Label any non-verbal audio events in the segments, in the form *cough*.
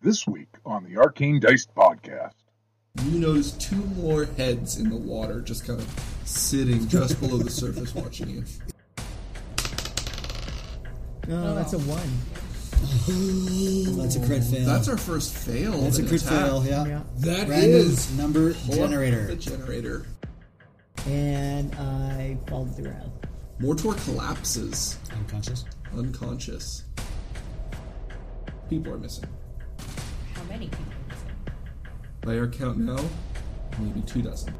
This week on the Arcane Dice Podcast. You notice two more heads in the water, just kind of sitting just below the surface, *laughs* watching you. Oh, that's a one. That's a crit fail. That's our first fail. of That's a an crit attack. fail, yeah. Yeah. That Random is number Pull up The generator. generator. And I fall to the ground. Mortor collapses, Unconscious. unconscious. People are missing. How many people is it? By our count now, maybe two dozen.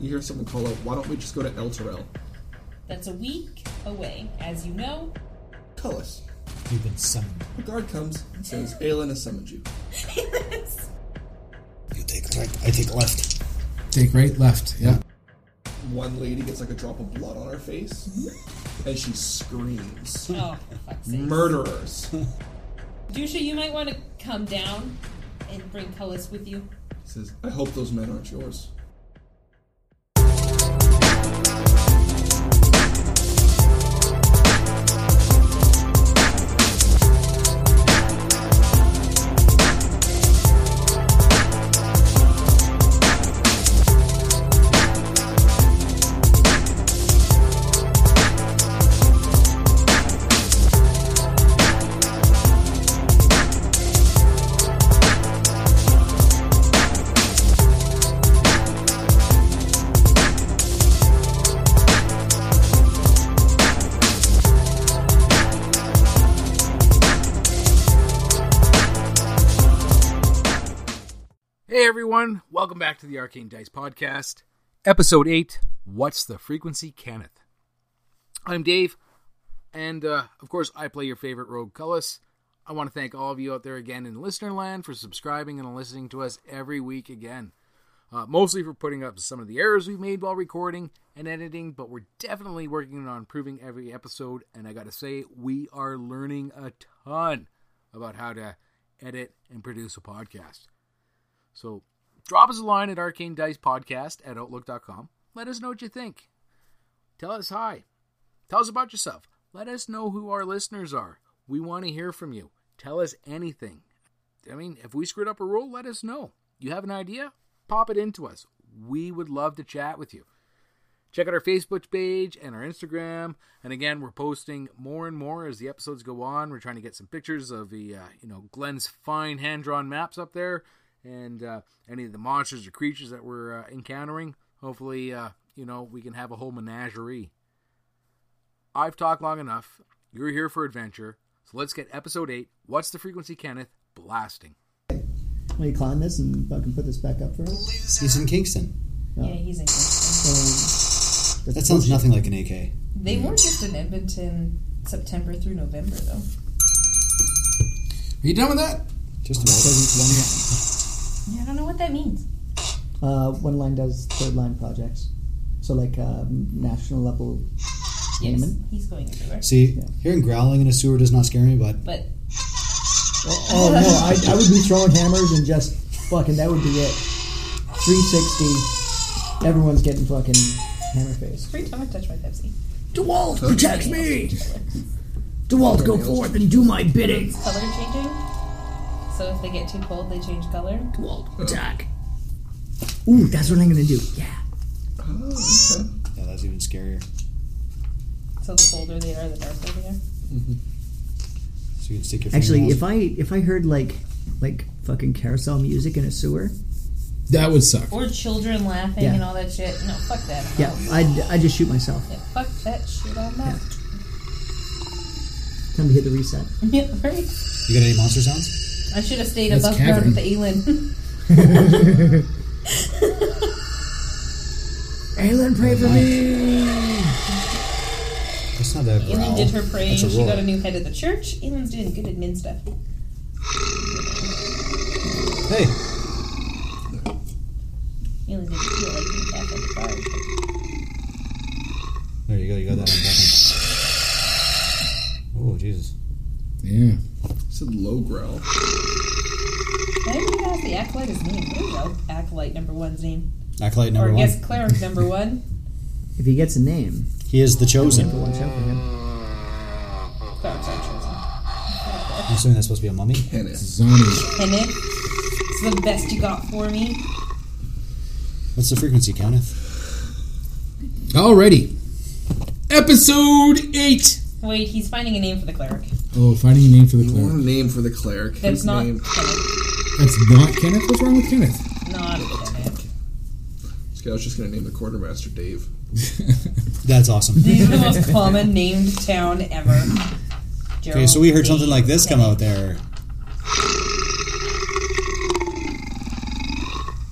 You hear someone call out, why don't we just go to El Terrell? That's a week away, as you know. Call us. You've been summoned. A guard comes and says, Aelin has summoned you. You take right. I take left. Take right, left. Yeah. One lady gets like a drop of blood on her *laughs* face, and she screams. Oh, for fuck's *laughs* sake. Murderers. Dusha, you might want to come down and bring Cullis with you. says, I hope those men aren't yours. Hey everyone, welcome back to the Arcane Dice Podcast, Episode 8 What's the Frequency, Kenneth? I'm Dave, and uh, of course, I play your favorite rogue, Cullis. I want to thank all of you out there again in listener land for subscribing and listening to us every week again. Uh, mostly for putting up some of the errors we've made while recording and editing, but we're definitely working on improving every episode, and I gotta say, we are learning a ton about how to edit and produce a podcast. So drop us a line at arcane dice podcast at outlook.com. Let us know what you think. Tell us hi. Tell us about yourself. Let us know who our listeners are. We want to hear from you. Tell us anything. I mean, if we screwed up a rule, let us know. You have an idea? Pop it into us. We would love to chat with you. Check out our Facebook page and our Instagram. And again, we're posting more and more as the episodes go on. We're trying to get some pictures of the, uh, you know, Glenn's fine hand drawn maps up there, and uh, any of the monsters or creatures that we're uh, encountering. Hopefully, uh, you know, we can have a whole menagerie. I've talked long enough. You're here for adventure, so let's get episode eight. What's the frequency, Kenneth? Blasting. Let me climb this and fucking put this back up for us. He's in Kingston. Yeah, he's in Kingston. Um, that's That sounds nothing like an AK. They were just in Edmonton September through November, though. Are you done with that? Just about. One, Yeah, I don't know what that means. uh, one line does third line projects. So, like, um, national level Yes, aiming. he's going everywhere. See, hearing growling in a sewer does not scare me, but But Oh, oh, no, I, I would be throwing hammers and just fucking, that would be it. 360. Everyone's getting fucking hammer faced. free time I touch my Pepsi. DeWalt, protect me! DeWalt, go forth and do my bidding! It's color changing. So if they get too cold, they change color. DeWalt, attack! Ooh, that's what I'm gonna do. Yeah. Oh, okay. yeah, that's even scarier. So the colder they are, the darker they are. So you can stick your finger Actually, in if I if I heard like like fucking carousel music in a sewer, That would suck. Or children laughing Yeah. and all that shit. No, fuck that. yeah, I'd, I'd just shoot myself. Yeah, fuck that shit on that. Time to hit the reset. *laughs* Yeah, right. mouth. You got any monster sounds? I should have stayed That's above ground cavern. with Aelin. *laughs* Aylin, pray for me. That's not that growl. Aelin did her praying. That's a She roar. got a new head of the church. Aelin's doing good admin stuff. Hey, Aelin didn't feel like being Catholic sorry. there you go. You got that on button. Oh Jesus. Yeah. said low growl. I didn't even ask the acolyte his name. What is Al- acolyte number one's name? Acolyte number or I one. guess cleric number one. If he gets a name, He is the chosen. watch out for him. Cleric's not chosen. assuming that's supposed to be a mummy. Kenneth. Zoni. Kenneth, it's the best you got for me. What's the frequency, Kenneth? Alrighty. Episode 8. Wait, he's finding a name for the cleric. Oh, finding a name for the You want cleric. a name for the cleric? That's His not name. Kenneth. That's not Kenneth. What's wrong with Kenneth? Not Kenneth. I was just gonna name the quartermaster Dave. That's awesome. These are *laughs* the most common named town ever. Okay, so we heard something like this come out there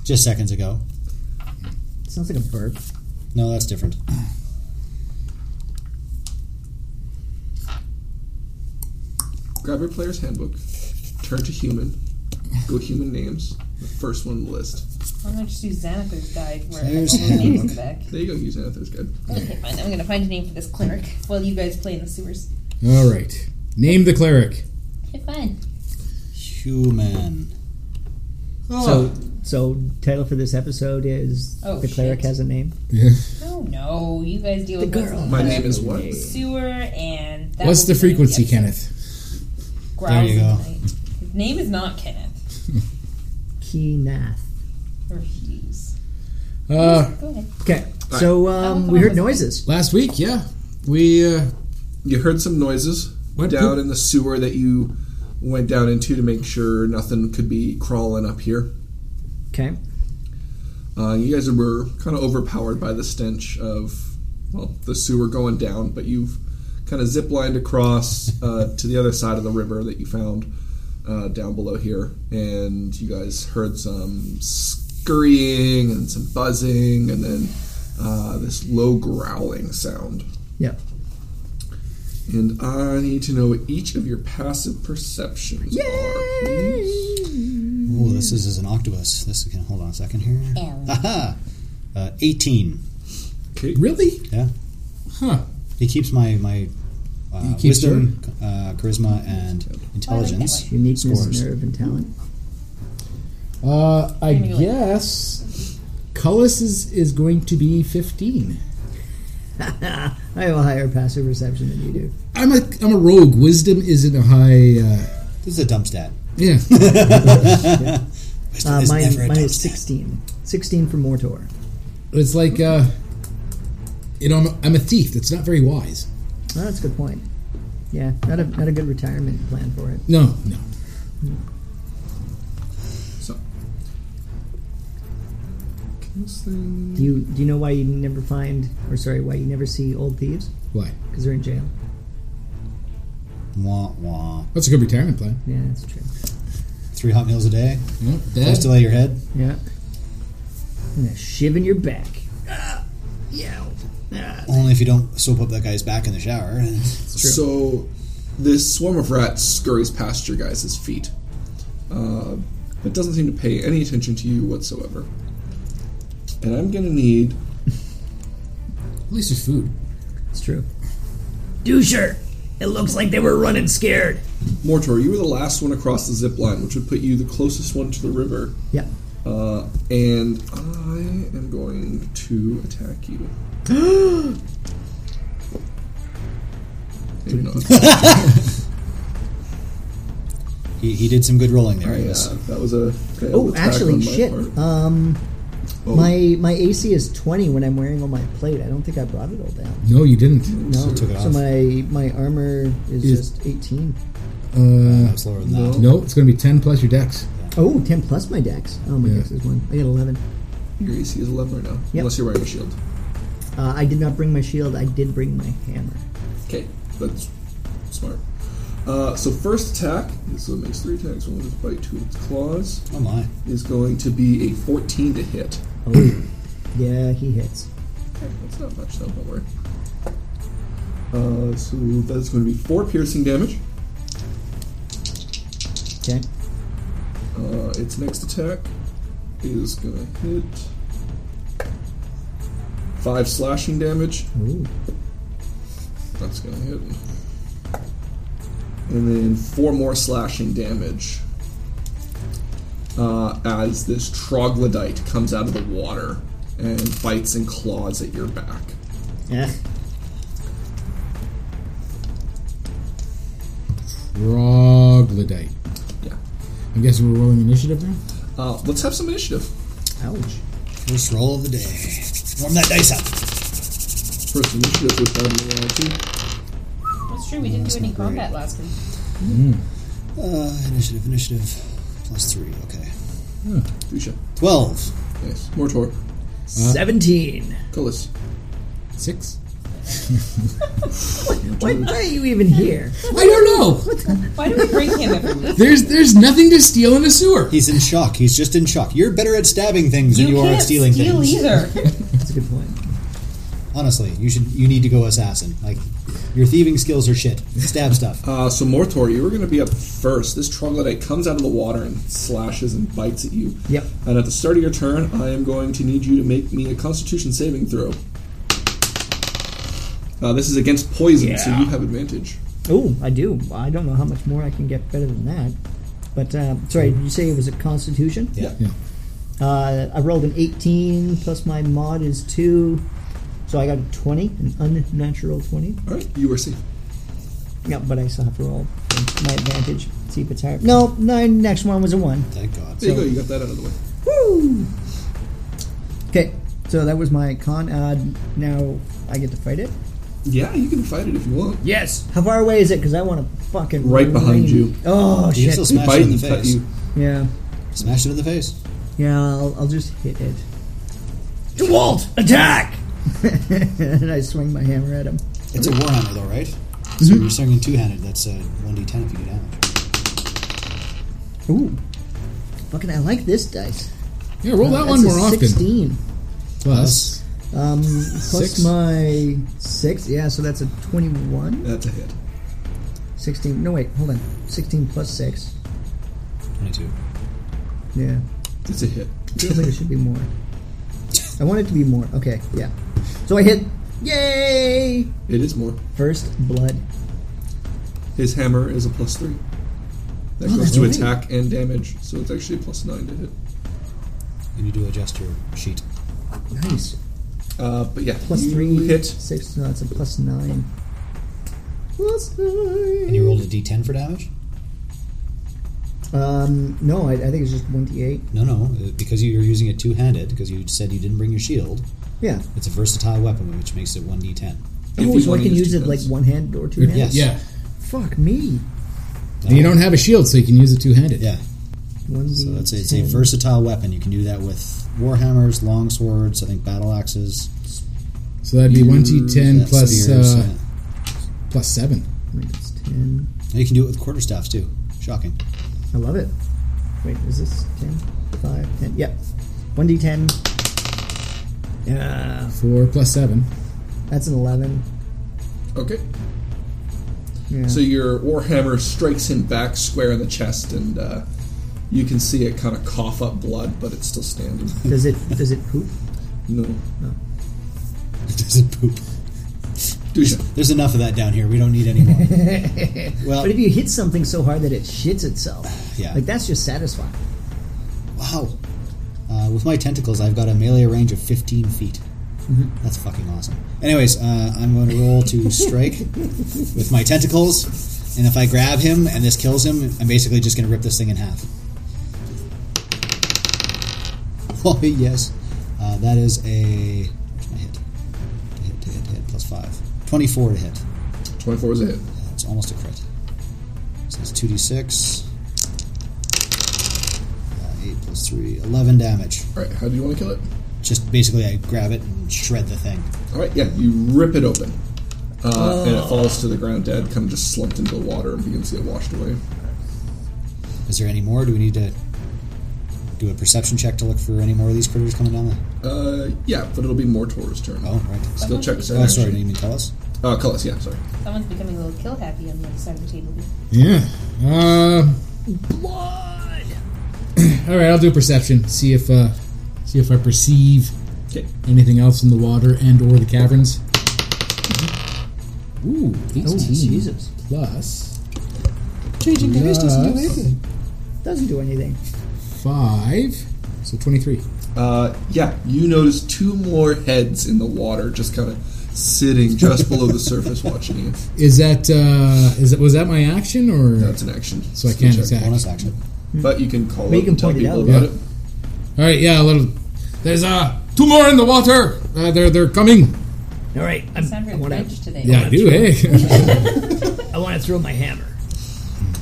just seconds ago. Sounds like a burp. No, that's different. Grab your player's handbook. Turn to human. Go human names. The first one on the list. I'm gonna Oh, just use Xanathar's guide where There's I have all the names back. There you go. Use Anthony's good. Okay, fine. I'm gonna find a name for this cleric while you guys play in the sewers. Alright. Name the cleric. Okay, fine. Human. Oh. So, so title for this episode is Oh, the cleric shit. has a name. Yeah. No, Oh, no, you guys deal with girl. what's in My the name is what? sewer and that What's will the be name of frequency, episode. Kenneth? There you Growls go. tonight. His name is not Kenneth Keenath. or Hughes. Uh, Go ahead. Okay. So um, we heard noises. last week, yeah. We, uh, You heard some noises What down the- in the sewer that you went down into to make sure nothing could be crawling up here. Okay. Uh, you guys were kind of overpowered by the stench of well the sewer going down, but you've kind of ziplined across uh, to the other side of the river that you found uh, down below here, and you guys heard some scurrying and some buzzing, and then uh, this low growling sound. Yep. And I need to know what each of your passive perceptions are. please. Oh, this is, is an octopus. This can hold on a second here. Ellen. Aha! Uh, 18. Okay. really? Yeah. Huh. He keeps my my uh, He keeps wisdom, uh, charisma, and intelligence. Uniqueness, Scores. nerve, and talent. Uh, I Anyway. guess Cullis is, is going to be 15. I have a higher passive reception than you do. I'm a I'm a rogue. Wisdom isn't a high. Uh, This is a dump stat. yeah. *laughs* Wisdom Uh, is mine, never a mine dump is stat. 16. 16 for Mortor. It's like, uh, you know, I'm a, I'm a thief. That's not very wise. Oh, that's a good point. Yeah, not a not a good retirement plan for it. No, no. So. This thing. Do you do you know why you never find or sorry why you never see old thieves? Why? Because they're in jail. Wah, wah. That's a good retirement plan. Yeah, that's true. Three hot meals a day. Yep. Close to lay your head. Yeah. And a shiv in your back. Ah, yeah. Ah. Only if you don't soap up that guy's back in the shower. *laughs* True. So, this swarm of rats scurries past your guys' feet. Uh, it doesn't seem to pay any attention to you whatsoever. And I'm gonna need. At least there's food. It's true. Doucher! It looks like they were running scared. Mortor, you were the last one across the zip line, which would put you the closest one to the river. Yeah. Uh, and I am going to attack you. *gasps* Maybe not. *laughs* He, he did some good rolling there. I, He uh, was- that was a. failed Oh, attack actually, on my shit. part. Um, Oh, my my AC is 20 when I'm wearing all my plate. I don't think I brought it all down. No, you didn't. No. took it so off. my my armor is Yeah. just 18. that Uh, was lower than that. no, it's going to be 10 plus your dex. Oh, 10 plus my dex. Oh, my Yeah. dex is 1. I got 11. Your AC is 11 right now, Yep. unless you're wearing a shield. Uh, I did not bring my shield. I did bring my hammer. Okay, that's smart. Uh, so first attack, so it makes three attacks. One with its bite, two with its claws, Oh my. is going to be a 14 to hit. Yeah, he hits. Okay, that's not much, though. Don't worry. Uh, so that's going to be four piercing damage. Okay. Uh, its next attack is going to hit five slashing damage. Ooh. That's going to hit. And then four more slashing damage uh, as this troglodyte comes out of the water and bites and claws at your back. Eh. Frog couple of die. Yeah. I'm guessing we're rolling initiative now. Uh, let's have some initiative. Ouch. First roll of the day. Warm that dice up. First initiative was down to the LRT. That's true. We didn't do any combat last week. Uh, initiative, initiative. Plus three, okay. Fuchsia. 12. Nice. Mortor. 17. Cullis. Six. Why, why are you even here? I don't know. Why do we bring him every week? There's there's nothing to steal in a sewer. He's in shock. He's just in shock. You're better at stabbing things than you are can't at stealing steal things. either. *laughs* That's a good point. Honestly, you should. You need to go assassin. Like your thieving skills are shit. *laughs* Stab stuff. Uh, so Mortor, you were going to be up first. This troglodyte comes out of the water and slashes and bites at you. Yep. And at the start of your turn, I am going to need you to make me a Constitution saving throw. Uh, this is against poison, so you have advantage. Oh, I do. I don't know how much more I can get better than that. But, uh, sorry, did you say it was a constitution? Yeah. Yeah. Uh, I rolled an 18, plus my mod is 2. So I got a 20, an unnatural 20. All right, you are safe. Yeah, but I still have to roll for my advantage. See if it's higher. No, nine. Next one was a 1. Thank God. There you go. You got that out of the way. Woo! Okay, so that was my con. Uh, now I get to fight it. Yeah, you can fight it if you want. Yes. How far away is it? Because I want to fucking. Right behind ring- you. Oh, You can shit. still You smash bite it in the and cut face. you. Yeah. Smash it in the face. Yeah, I'll, I'll just hit it. Dewalt, attack! *laughs* and I swing my hammer at him. It's a Mm-hmm. warhammer though, right? So you're swinging two-handed. That's uh, one d10 if you do damage. Ooh. Fucking, I like this dice. Uh, Yeah, roll that That's one a more often. 16. Plus, Um, plus Six. my 6. Yeah, so that's a 21. That's a hit. 16. No, wait, hold on. 16 plus 6. Twenty-two. Yeah. It's a hit. Feels like it should be more. I want it to be more. Okay, yeah. So I hit. Yay! It is more. First blood. His hammer is a plus three. That Oh, goes that's to right. attack and damage, so it's actually a plus nine to hit. You need to adjust your sheet. Nice. Uh, but yeah, Plus you three. hit. Six. No, it's a plus nine. Plus nine. And you rolled a d10 for damage. Um, no, I, I think it's just one d eight. No, no, uh, because you're using it two-handed. Because you said you didn't bring your shield. Yeah. It's a versatile weapon, which makes it one d10. If Oh, you so I wanna can use use two it like guns. one hand or two hands. Yes. yeah. Fuck me. And you don't have a shield, so you can use it two-handed. Yeah. One So d. that's a, it's Hmm. a versatile weapon. You can do that with warhammers, long swords, I think battle axes, So that'd be one d10 yeah, plus spears, uh, plus seven. Minus ten. yeah. You can do it with quarterstaffs too. Shocking. *laughs* I love it. Wait, is this ten? Five, ten. Yep. One d ten. Yeah, Four plus seven. that's an eleven. Okay. Yeah. So your warhammer strikes him back square in the chest, and uh, you can see it kind of cough up blood, but it's still *laughs* standing. does it does it poop? No, It doesn't poop. Dusha. There's enough of that down here. We don't need any *laughs* more. well, But if you hit something so hard that it shits itself, yeah. like that's just satisfying. Wow. Uh, with my tentacles, I've got a melee range of 15 feet. That's fucking awesome. Anyways, uh, I'm going to roll to strike with my tentacles, and if I grab him and this kills him, I'm basically just going to rip this thing in half. *laughs* Oh yes, uh, that is a what's my hit? To hit, to hit, to hit. Plus five. 24 to hit. Twenty-four is a hit. Yeah, it's almost a crit. So it's 2d6. Uh, 8 plus 3, 11 damage. All right, how do you want to kill it? Just basically, I grab it and shred the thing. All right, yeah, you rip it open, uh, and Oh. it falls to the ground dead, kind of just slumped into the water, and you can see it washed away. Is there any more? Do we need to do a perception check to look for any more of these critters coming down the. Uh, yeah, but it'll be Mortor's turn. Oh, right. Skill checks and Oh, sorry, action. didn't you even tell us? Uh, Cullis, yeah, sorry. Someone's becoming a little kill happy on the other side of the table. Yeah. Uh, Blood. all right, I'll do perception. See if uh, see if I perceive Okay, anything else in the water and or the caverns. Ooh, 18 Oh, Jesus. plus Changing colors doesn't do anything. Doesn't do anything. five, so twenty-three. Uh, yeah, you notice two more heads in the water, just kind of sitting just below the surface watching you. Is that uh, is that was that my action or That's an action. so I can't Check. attack? Bonus action. But you can call But you it can and tell point it people out. about Yeah. it. All right, yeah, a little. There's uh two more in the water. Uh, they're they're coming. All right, I'm, You sound I very want French to. today. Yeah, I do. Hey, I want to throw my hammer.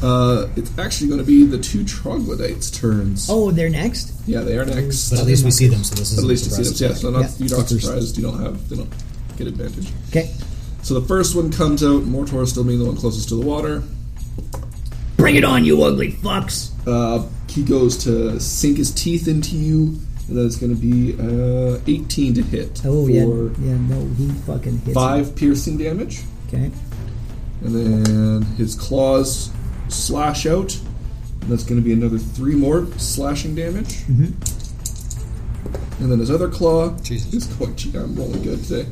Uh, it's actually going to be the two troglodytes' turns. Oh, they're next. Yeah, they are next. But at least we see them, so this is But at least you see them. Yeah, so not, Yeah. you're not surprised. You don't have. They don't get advantage. Okay. So the first one comes out. Mortor still being the one closest to the water. Bring it on, you ugly fucks. Uh, he goes to sink his teeth into you, and that is going to be uh, 18 to hit Oh for yeah, yeah. No, he fucking hits. Him. five piercing damage, Okay. and then his claws slash out. And that's going to be another three more slashing damage. Mm-hmm. And then his other claw Jesus. is going. Gee, I'm rolling good today.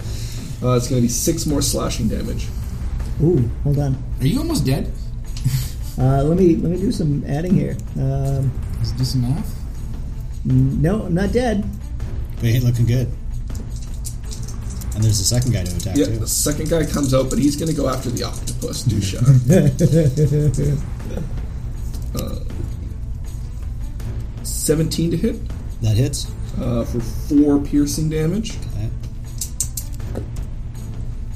Uh, it's going to be six more slashing damage. Ooh, hold on. *laughs* are you almost dead? Uh, let me let me do some adding here. Um, Is this enough? no, I'm not dead. They ain't looking good. And there's the second guy to attack Yeah, too. the second guy comes out, but he's going to go after the octopus, Dusha. uh, 17 to hit That hits. uh, for 4 piercing damage. Okay. Uh,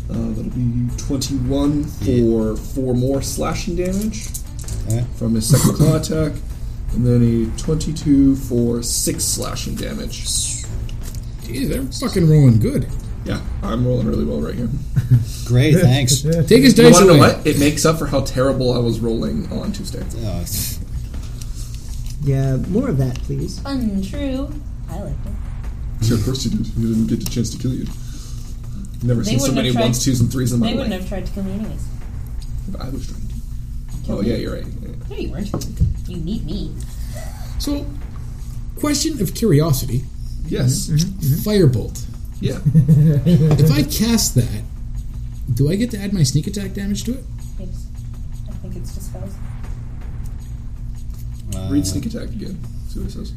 that'll be 21 for 4 more slashing damage Okay. from his second claw attack, and then a 22 for 6 slashing damage. Jeez, they're fucking rolling good. Yeah, I'm rolling really well right here. Great. Thanks. oh, Take his You dice want to know away. what? It makes up for how terrible I was rolling on Tuesday. it's- Yeah, more of that, please. Untrue. I like it. Yeah, of course you did. You didn't get the chance to kill you. Never They seen so wouldn't many have tried- ones, twos, and threes in my They wouldn't life. have tried to kill me anyways. But I was trying to. Oh yeah, you're right. Yeah. Mm-hmm. No, you weren't. You need me. So, question of curiosity: Yes. Mm-hmm. Firebolt. Yeah. If I cast that, do I get to add my sneak attack damage to it? It's, I think it's disguise. uh, Read sneak attack again. See what it says.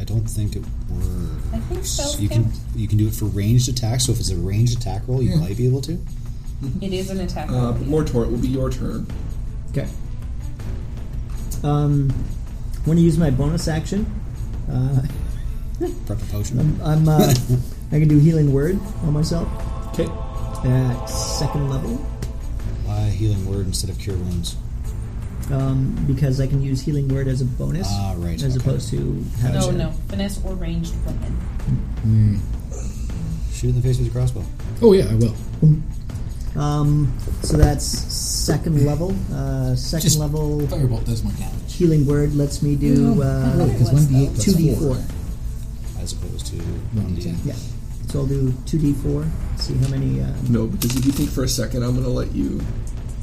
I don't think it works. I think spells You can count. you can do it for ranged attacks. So if it's a ranged attack roll, you Yeah. might be able to. It is an attack. Uh, but Mortor, it will be your turn. Okay. Um, want to use my bonus action? Uh, Prep a potion. Mm-hmm. I'm. Uh, I can do healing word on myself Okay. at second level Why healing word instead of cure wounds? um, because I can use healing word as a bonus Ah, right, as okay. opposed to having no, it. no. Finesse or ranged weapon. Shoot in the face with your crossbow. Oh yeah, I will. Um, so that's second level. Uh, second Just- level Firebolt does more damage. healing word lets me do uh, Because one d eight plus two d four. As opposed to One d ten. Yeah. So I'll do two d four. See how many. Uh, No, because if you think for a second I'm gonna let you,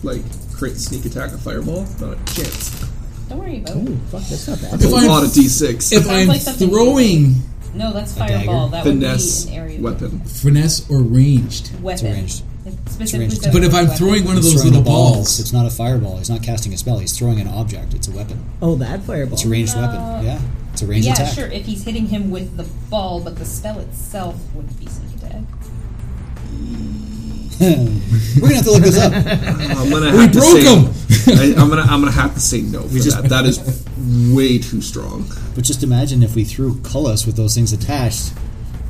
like, crit sneak attack a fireball, not a chance. Don't worry about oh it. fuck, that's not bad. That's a If I'm- lot of d6. If I'm like something- throwing No, that's dagger. fireball. That would be Finesse an area *laughs* weapon. finesse or ranged, weapon. ranged. It specifically ranged says attack. it's but if a I'm weapon. throwing one of He's those throwing little a ball. balls, It's not a fireball. He's not casting a spell. He's throwing an object. It's a weapon. Oh, that fireball. It's a ranged weapon. Yeah. It's a ranged yeah, attack. sure. If he's hitting him with the ball, but the spell itself wouldn't be sneak attack. *laughs* We're gonna have to look this *laughs* up. I'm gonna we have to broke say- him. *laughs* I, I'm gonna I'm gonna have to say no *laughs* for that. That is way too strong. But just imagine if we threw Cullis with those things attached,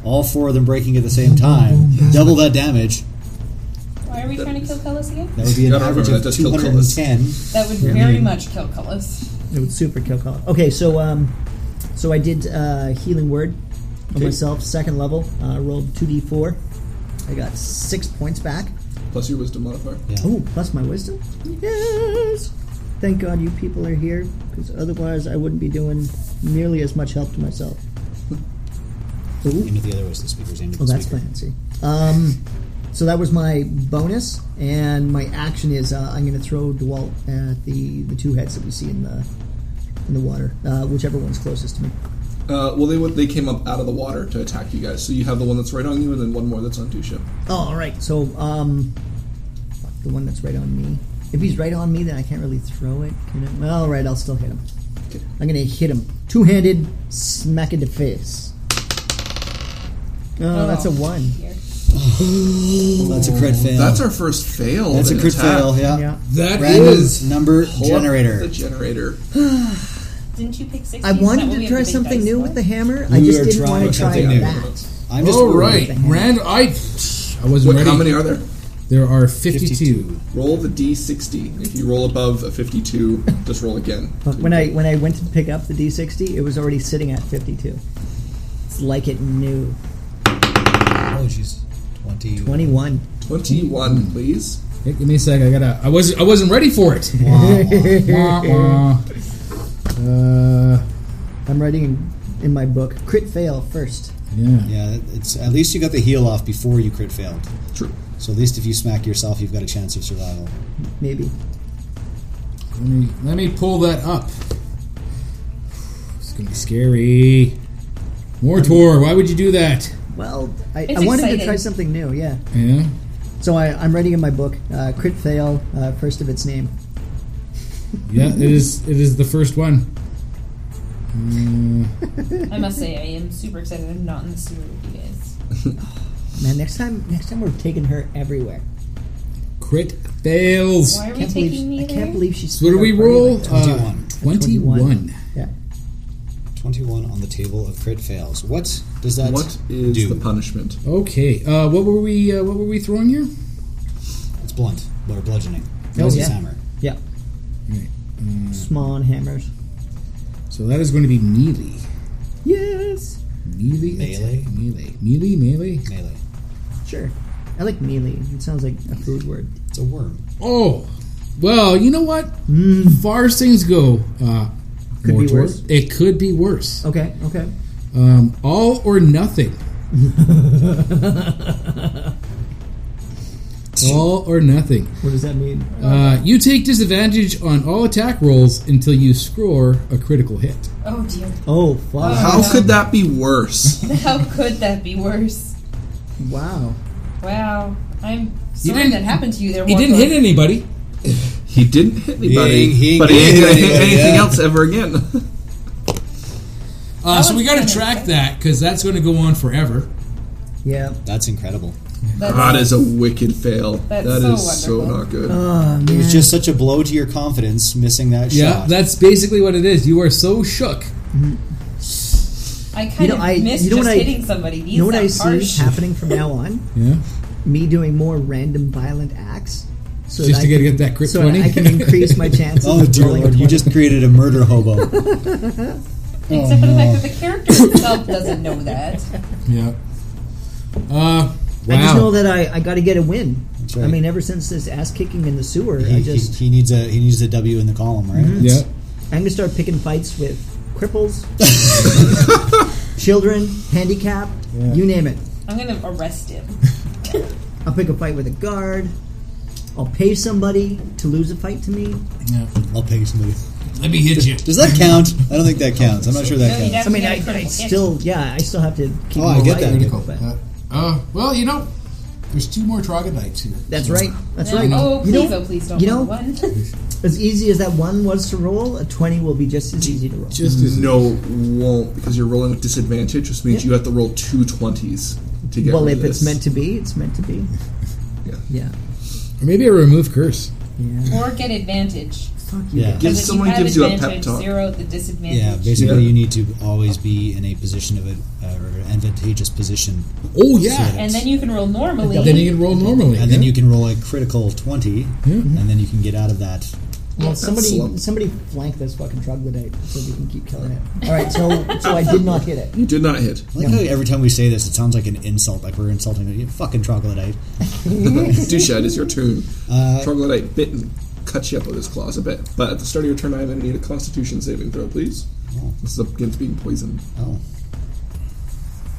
all four of them breaking at the same time, Oh, double that damage. Why are we trying to kill Cullis again? That would be an Gotta average remember, of that does two kill hundred and ten. That would very much kill Cullis. It would super kill color. Okay, so um, so I did uh, healing word on Okay. myself, second level. Uh, rolled two d four. I got six points back. Plus your wisdom modifier. Oh, plus my wisdom. Yes. Thank God you people are here, because otherwise I wouldn't be doing nearly as much help to myself. Ooh. Aim at the other was the speaker's aim at the Oh, that's speaker. fancy. Um, so that was my bonus, and my action is uh, I'm going to throw Dwalt at the the two heads that we see in the in the water, uh, whichever one's closest to me. Uh, well, they went- they came up out of the water to attack you guys. So you have the one that's right on you, and then one more that's on Dusha. Oh, all right. So, um, fuck, the one that's right on me. If he's right on me, then I can't really throw it. Can I? Well, all right, I'll still hit him. I'm gonna hit him two-handed, smack in the face. Oh, that's a one. Here. That's a crit fail. That's our first fail. That's a in crit attack. fail. Yeah. Yeah. That is Random number Pull up generator. The generator. Didn't you pick 16? I wanted to try something new with the hammer. I We just are didn't want trying to try something new. that. I'm just all worried. right, the hammer. Rand. I I wasn't What, ready. how many are there? There are fifty-two. Roll the d60. If you roll above a 52, just roll again. Uh, But when I when I went to pick up the D60, it was already sitting at 52. It's like it knew. Oh jeez. Twenty. *laughs* 21. 21, please. Hey, give me a sec. I gotta. I was. I wasn't ready for it. Wah, wah. Uh, I'm writing in, in my book. Crit fail first. yeah. Yeah. It's at least you got the heal off before you crit failed. True. So at least if you smack yourself, you've got a chance of survival. Maybe. Let me let me pull that up. It's gonna be scary. Mortor, why would you do that? Well, I, It's I wanted to exciting. try something new, yeah. Yeah. So I, I'm writing in my book. Uh, crit fail uh, first of its name. Yeah. It is. It is the first one. I must say, I am super excited. I'm not in the sewer with you guys. Man, next time next time we're taking her everywhere. Crit fails. Why are we Can't taking believe, me I there? can't believe she's So what do we roll? Uh, 21. Twenty-one. Yeah. 21 on the table of crit fails. What does that What is do? the punishment? Okay. Uh, what were we? Uh, what were we throwing here? It's blunt or bludgeoning. Oh, Moses yeah. hammer. Yeah. uh, Small and hammers. So that is going to be melee. Yes. Melee. Melee? attack. Melee. Melee. Melee. Melee. Sure. I like melee. It sounds like a food word. It's a worm. Oh, well, you know what? Far as things go, uh, Hmm. Could be Mortor, worse. It could be worse. Okay. Okay. Um, all or nothing. all or nothing. What does that mean? Uh, you take disadvantage on all attack rolls until you score a critical hit. Oh dear. Oh, wow. How could that be worse? How could that be worse? Wow. Wow. I'm sorry didn't- that happened to you there. He didn't hit anybody. He didn't hit anybody, He- he but he ain't ain't gonna hit hit anybody, anything yeah. else ever again. *laughs* Uh, so we was got to kinda track that because that's going to go on forever. Yeah. That's incredible. That's, that is a wicked fail. That's That so is so wonderful. not good. It was just such a blow to your confidence missing that Yeah, shot. that's basically what it is. You are so shook. I kind You know, of I- miss you know what just I- hitting somebody. These You know what I sound see harsh. happening from now on? Yeah, Me doing more random violent acts. So just that to I get, can- get that crit so twenty. I *laughs* can increase my chances. Oh of dear rolling a lord, you 20. just created a *laughs* murder hobo. Except for the fact Oh. that the character itself doesn't know that. Yeah. Uh, wow. I just know that I, I got to get a win. That's right. I mean, ever since this ass kicking in the sewer, He, I he- just Mm-hmm. he needs a he needs a W in the column, right? yeah. That's- I'm gonna start picking fights with *laughs* cripples, children, handicapped, you name it. I'm gonna arrest him. I'll pick a fight with a guard. I'll pay somebody to lose a fight to me. I'll pay somebody. Let me hit you. Does that count? I don't think that counts. I'm not sure that No, you'd counts. have I mean, to I, get a I critical hit. still, yeah, I still have to keep. Oh, I my get life, that. Critical. but- Uh, uh, well, you know, there's two more troglodytes here. That's right. That's right. Oh, please, you know, oh, please don't. you know- roll one. as easy as that one was to roll, a twenty will be just as easy to roll. Just as No, won't because you're rolling with disadvantage, which means you have to roll two twenties to get. Well, rid of if it's this. meant to be, it's meant to *laughs* be. Yeah. Yeah. or maybe a remove curse. Yeah. or get advantage. Fuck you. Yeah. Give if someone have gives you a pep advantage, talk. Zero the disadvantage. Yeah, basically Yeah. you need to always be in a position of a uh, or an advantageous position. Oh yeah. and then you can roll normally. then you can roll normally. And then yeah? you can roll a critical 20 and then you can get out of that. Well, somebody, slump. somebody flank this fucking troglodyte so we can keep killing it. All right, so so I did not hit it. You did not hit. I like how every time we say this it sounds like an insult like we're insulting you fucking troglodyte. Dushad is your turn. Uh, Troglodyte bitten cuts you up with his claws a bit, but at the start of your turn, I'm going to need a Constitution saving throw, please. Oh. This is up against being poisoned Oh.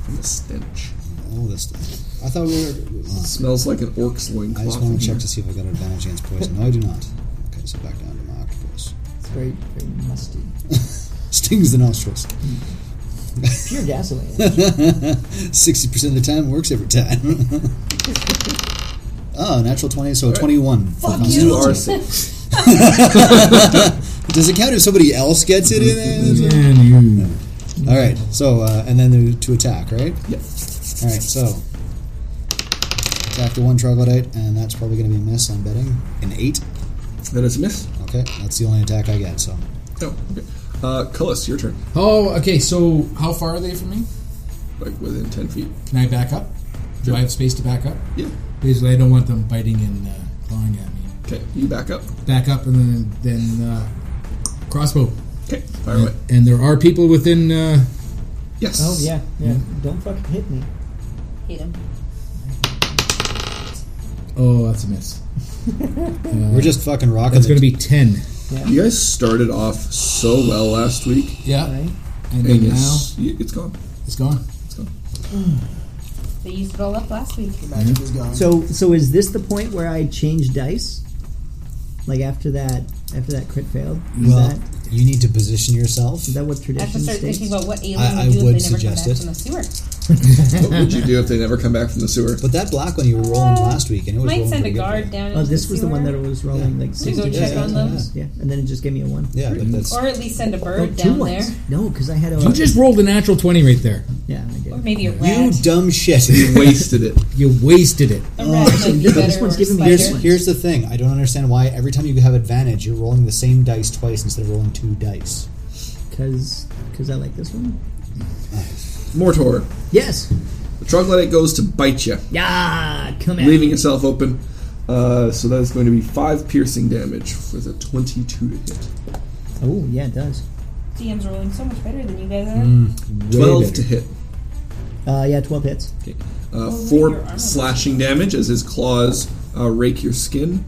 from the stench. Oh, this. I thought we were. oh. smells like an orc's loincloth. I just want in to check here. to see if I got advantage against poison. No, I do not. Okay, so back down to my octopus. It's very very musty, Stings the nostrils. pure gasoline. 60% of the time works every *laughs* time. oh, natural 20, so 21. for You constitution. are safe. Does it count if somebody else gets it in? All right, so, uh, and then the- to attack, right? Yep. All right, so. So after one troglodyte, and that's probably going to be a miss. I'm betting an eight. That is a miss. Okay, that's the only attack I get. So Oh, okay. Uh, Cullis, your turn. Oh, okay. So how far are they from me? Like within ten feet. Can I back up? Do I have space to back up? Yeah. Basically, I don't want them biting and uh, clawing at me. Okay, you back up. Back up and then then uh, crossbow. Okay, fire away. And there are people within. Uh, Yes. Oh yeah, yeah. Don't fucking hit me. *laughs* Hate him. oh, that's a miss. we're just fucking rocking. That's the- going to be ten. You guys started off so well last week, Yeah. Right? and And then now it's, it's gone. it's gone. They used it all up last week. It's gone. So so is this the point where I change dice? Like after that after that crit failed? Is well, that you need to position yourself. is that what I have tradition to start thinking states? about what alien I- I would do would if they never come suggest back it. from the sewer. What would you do if they never come back from the sewer? But that black one you were rolling last week, and it was Might rolling send a pretty good. guard down. Oh, into this was the one sewer. that was rolling like To go 60 check on Yeah. those, Yeah, and then it just gave me a one. Yeah, but that's or at least send a Oh, bird two down there, ones. No, because I had a. You just rolled a natural twenty right there. yeah, I did. or maybe a you rat. dumb shit. *laughs* You wasted it. You wasted it. a rat might be this better. one's or a giving me spider. Here's, here's the thing. I don't understand why every time you have advantage, you're rolling the same dice twice instead of rolling two dice. Because because I like this one. Mortor. Yes. The troglodyte goes to bite you, Yeah, come at leaving me. itself open. Uh, so that is going to be five piercing damage with a twenty-two to hit, Oh yeah, it does. DM's rolling so much better than you guys are. twelve to hit, Uh, yeah, twelve hits. uh, wait, your four armor. slashing damage as his claws uh, rake your skin.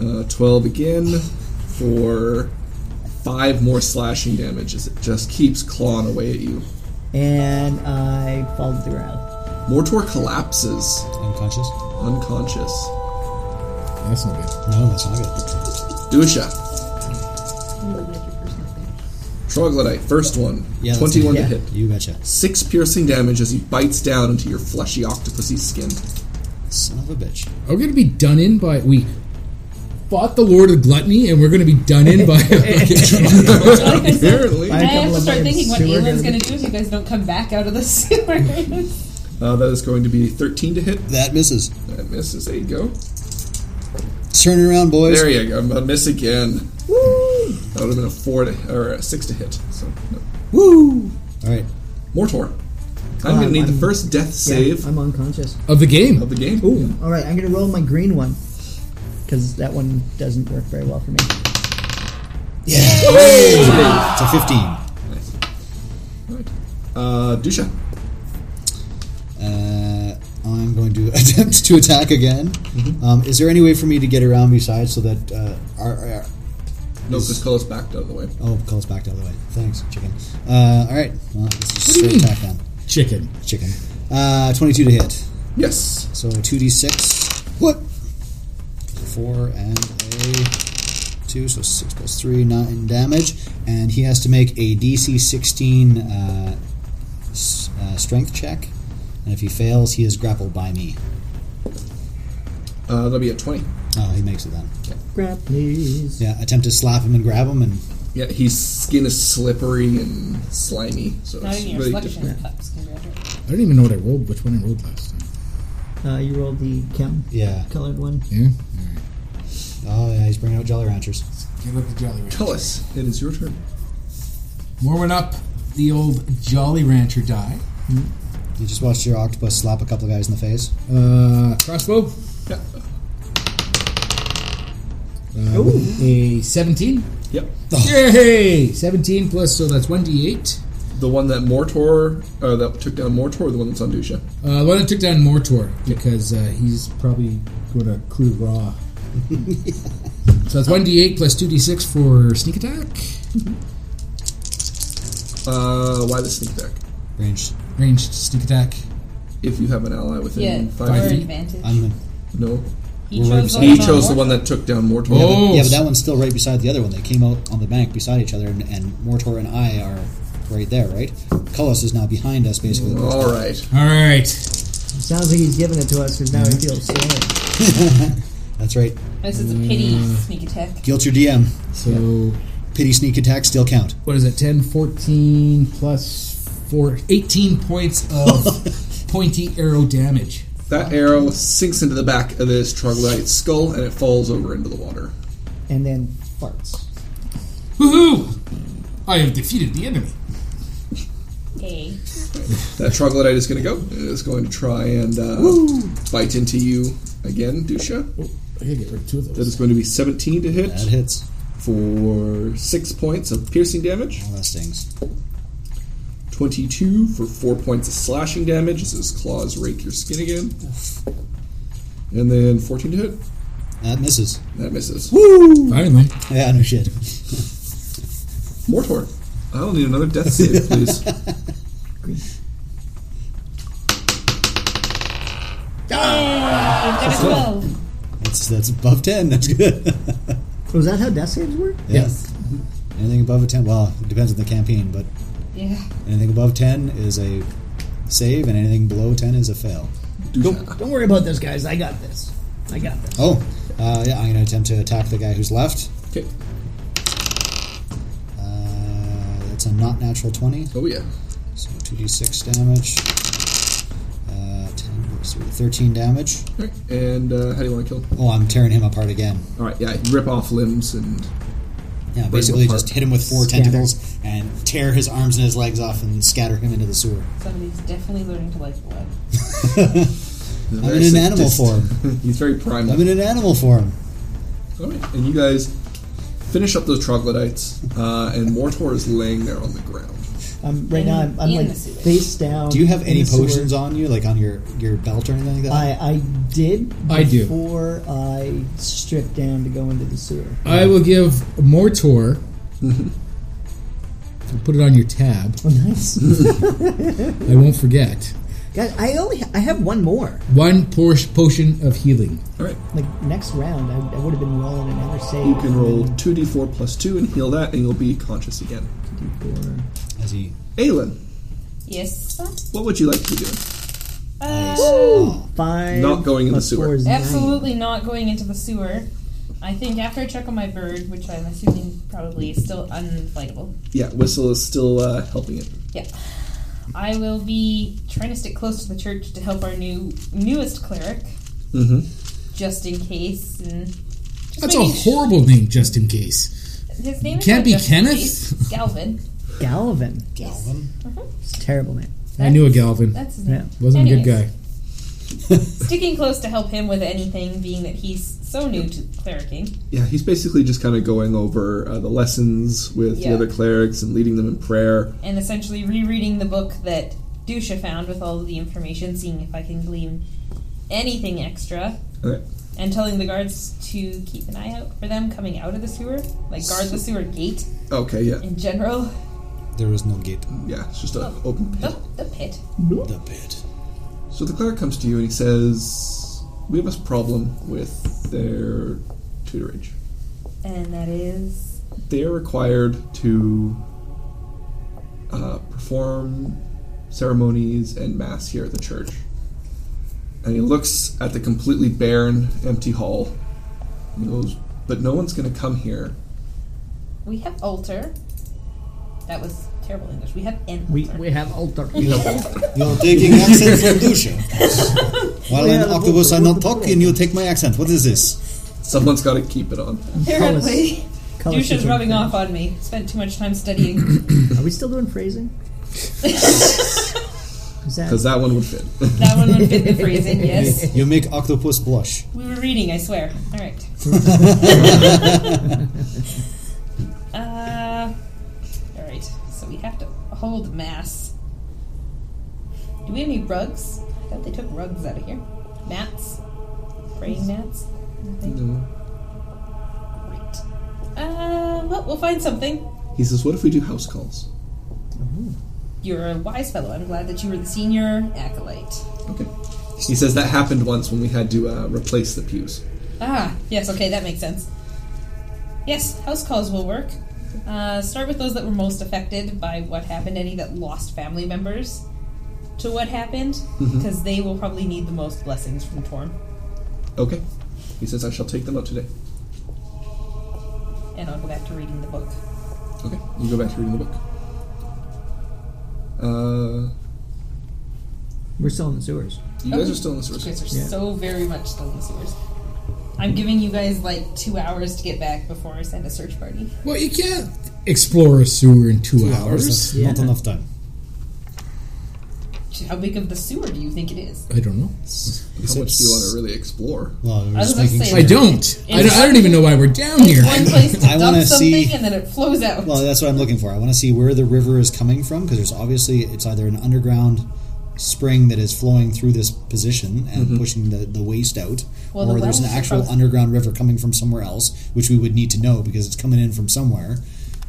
Uh, Twelve again for five more slashing damage as it just keeps clawing away at you. And I fall to the ground. Mortor collapses, Unconscious? unconscious. That's not good. No, that's not good. Dusha, troglodyte, first one, Yeah, that's twenty-one it. to Yeah. hit. You betcha. Six piercing damage as he bites down into your fleshy octopusy skin. Son of a bitch. Are we going to be done in by we? Fought the Lord of Gluttony, and we're going to be done in by. Apparently. I I have to couple start of thinking what sewer alien's gonna going to do if you guys don't come back out of the *laughs* sewer. Uh, that is going to be 13 to hit. That misses. That misses. There you go. Turn it around, boys. There you go. A miss again. Woo! That would have been a 4 to, or a 6 to hit. So, no. Woo! All right. Mortor. I'm going to Um, need the I'm- first death Yeah, save I'm unconscious. *laughs* of the game. of the game. Ooh. All right, I'm gonna roll my green one because that one doesn't work very well for me. Yeah. It's a 15. Nice. All right. Uh, Dusha. Uh, I'm going to *laughs* attempt to attack again. Um, is there any way for me to get around besides so that uh, our, our No, because Cullis backed out of the way. oh calls back the other way? Thanks, chicken. Uh, all right, well, this is What do you straight mean? attack then, Chicken. chicken. Uh, Twenty-two to hit, Yes. so two d six. What? Four and a two, so six plus three, nine damage, and he has to make a DC sixteen uh, s- uh, strength check, and if he fails, he is grappled by me. Uh, that'll be a 20. Oh, he makes it then. Grab, please. Yeah, attempt to slap him and grab him, and Yeah, his skin is slippery and slimy. So Not it's even your really selection difficult. cups. Congratulations. I don't even know what I rolled. Which one I rolled last time? Uh, you rolled the chem yeah. colored one. Yeah. Oh, yeah, he's bringing out Jolly Ranchers. Give up the Jolly Rancher. Cullis, it is your turn. Warming up the old Jolly Rancher die. You just watched your octopus slap a couple of guys in the face. Oh, Uh, crossbow. Yeah. Uh, with a 17. Yep. *laughs* Yay! 17 plus, so that's 1d8. The one that Mortor, uh, that took down Mortor, or the one that's on Dusha. Uh, why not took down Mortor? Because uh, he's probably going to clue *laughs* raw. so that's 1d8 plus 2d6 for sneak attack. Uh, why the sneak attack? Range. Ranged sneak attack. If you have an ally within Yeah, five for feet. advantage. I'm, No. he we're right chose, beside- the He one chose on the board. one that took down Oh, Mortor. Oh, yeah, but that one's still right beside the other one. They came out on the bank beside each other, and, and Mortor and I are right there, right? Cullis is now behind us, basically. All right. all right. Sounds like he's giving it to us because now he Mm-hmm. feels sorry. That's right. This is a pity sneak attack. Guilt your DM. So Pity sneak attack still count. what is it? 10, *laughs* 14 plus 4, 18 points of pointy arrow damage. That arrow sinks into the back of this troglodyte's skull and it falls over into the water. and then farts. Woohoo! I have defeated the enemy. Hey. That troglodyte is going to go. It is going to try and uh, bite into you again, Dusha. I gotta get rid of two of That those. is going to be 17 to hit That hits. for 6 points of piercing damage, Well, Oh, that stings. 22 for 4 points of slashing damage as his claws rake your skin again, and then 14 to hit. That misses. *laughs* That misses. Finally. Yeah, no shit. Mortor. I'll need another death *laughs* save, please. I've got a 12. That's that's above ten. *laughs* That's good. Was Oh, that how death saves work? yes. Anything above a ten, well, it depends on the campaign, but Yeah. anything above ten is a save, and anything below ten is a fail. Don't worry about this, guys. I got this. I got this. Oh, uh, yeah, I'm going to attempt to attack the guy who's left. Okay. Uh, that's a not natural twenty, Oh, yeah. so two d six damage. Uh, 10 plus three, 13 damage. All right. And uh, how do you want to kill? Oh, I'm tearing him apart again. All right, yeah, you rip off limbs and Yeah, basically apart. just hit him with four Scatter. tentacles and tear his arms and his legs off and scatter him into the sewer. Somebody's definitely learning to like blood. I'm in an animal form. He's very primal. I'm in an animal form. All right, and you guys finish up those troglodytes, uh, and Mortor is laying there on the ground. I'm Um, right now. I'm, I'm In like the sewage. face down. Do you have in any the sewer. potions on you, like on your, your belt or anything like that? I I did. I do. Before I stripped down to go into the sewer. I will give *laughs* Mortor. put it on your tab. Oh, nice. *laughs* I won't forget. Guys, I only I have one more. One por- potion of healing. All right, Like next round, I, I would have been rolling another save. you can roll 2d4 plus 2 and heal that, and you'll be conscious again. As he Aelin, Yes. what would you like to be doing? Five. Not going in the plus sewer. four is nine. Absolutely not going into the sewer. I think after I check on my bird, which I'm assuming probably is still unflightable, Yeah, Whistle is still uh, helping it. yeah, I will be trying to stick close to the church to help our new newest cleric, Mm-hmm. just in case. And just That's a making sh- horrible name, just in case. His name is Can't not be just in Kenneth. case. Galvin. Galvin. Galvin. It's a terrible name. *laughs* I knew a Galvin. That's his Yeah. name. Wasn't a good Anyways, guy. Sticking close to help him with anything, being that he's so new to clericing. Yeah, he's basically just kind of going over uh, the lessons with Yeah. the other clerics and leading them in prayer. and essentially rereading the book that Dusha found with all of the information, seeing if I can glean anything extra, All right, and telling the guards to keep an eye out for them coming out of the sewer, like guard the sewer gate okay, yeah, in general. There was no gate. yeah, it's just an open pit. The, the pit. The pit. So the cleric comes to you and he says, "We have a problem with their tutorage. And that is. They are required to uh, perform ceremonies and mass here at the church." And he looks at the completely barren, empty hall. And he goes, "But no one's going to come here. We have altar. That was terrible English. We have an We, altar. we have altar. *laughs* You're taking accents from *laughs* Dusha. While Yeah, an the octopus, whole- I not talk, and you take my accent. What is this? Someone's got to keep it on." Apparently, Color Dusha's scheme. rubbing off on me. Spent too much time studying. Are we still doing phrasing? Is that, Because that one would fit. *laughs* that one would fit the phrasing, yes. You make octopus blush. We were reading, I swear. Alright. Uh, all right. So we have to hold mass. Do we have any rugs? I thought they took rugs out of here. Mats, praying mats. Nothing. No. Great. Uh, well, we'll find something. He says, "What if we do house calls?" You're a wise fellow. I'm glad that you were the senior acolyte. Okay. He says that happened once when we had to uh, replace the pews. Ah, yes. Okay, that makes sense. Yes, house calls will work. Uh, start with those that were most affected by what happened. Any that lost family members to what happened, Mm-hmm. because they will probably need the most blessings from Torm. Okay. He says, I shall take them out today. and I'll go back to reading the book. Okay. You go back to reading the book. Uh, We're still in the sewers. You guys are still in the sewers. You guys are Yeah. so very much still in the sewers. I'm giving you guys like two hours to get back before I send a search party. *laughs* Well, you can't explore a sewer in two, hours. That's Yeah. not enough time. How big of the sewer do you think it is? I don't know. How much do you want to really explore? Well, we're I was just gonna making say- sure. I don't. I don't, I don't even know why we're down here. It's one place *laughs* to I dump wanna something see- and then it flows out. Well, that's what I'm looking for. I want to see where the river is coming from because there's obviously it's either an underground spring that is flowing through this position and pushing the, the waste out, Well, the or there's an wells are actual frozen. underground river coming from somewhere else, which we would need to know because it's coming in from somewhere.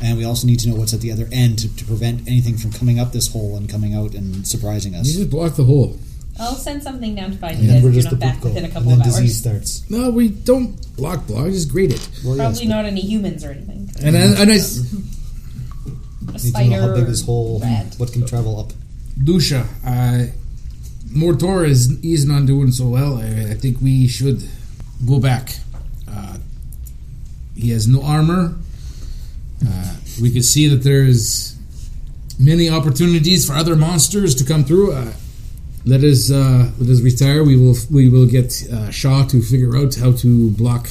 And we also need to know what's at the other end to, to prevent anything from coming up this hole and coming out and surprising You us. just block the hole. I'll send something down to find you guys if you're not back within a and couple then of disease hours. starts. No, we don't block block. Just grate it. Well, yes, Probably not any humans or anything. And I, and I, A we need to know spider how big this hole, *laughs* or rat. what can travel up. Lucia, uh, Mortor is is not doing so well. I, I think we should go back. Uh, he has no armor. Uh, we can see that there's many opportunities for other monsters to come through. Uh, let us uh, let us retire. We will we will get uh, Shaw to figure out how to block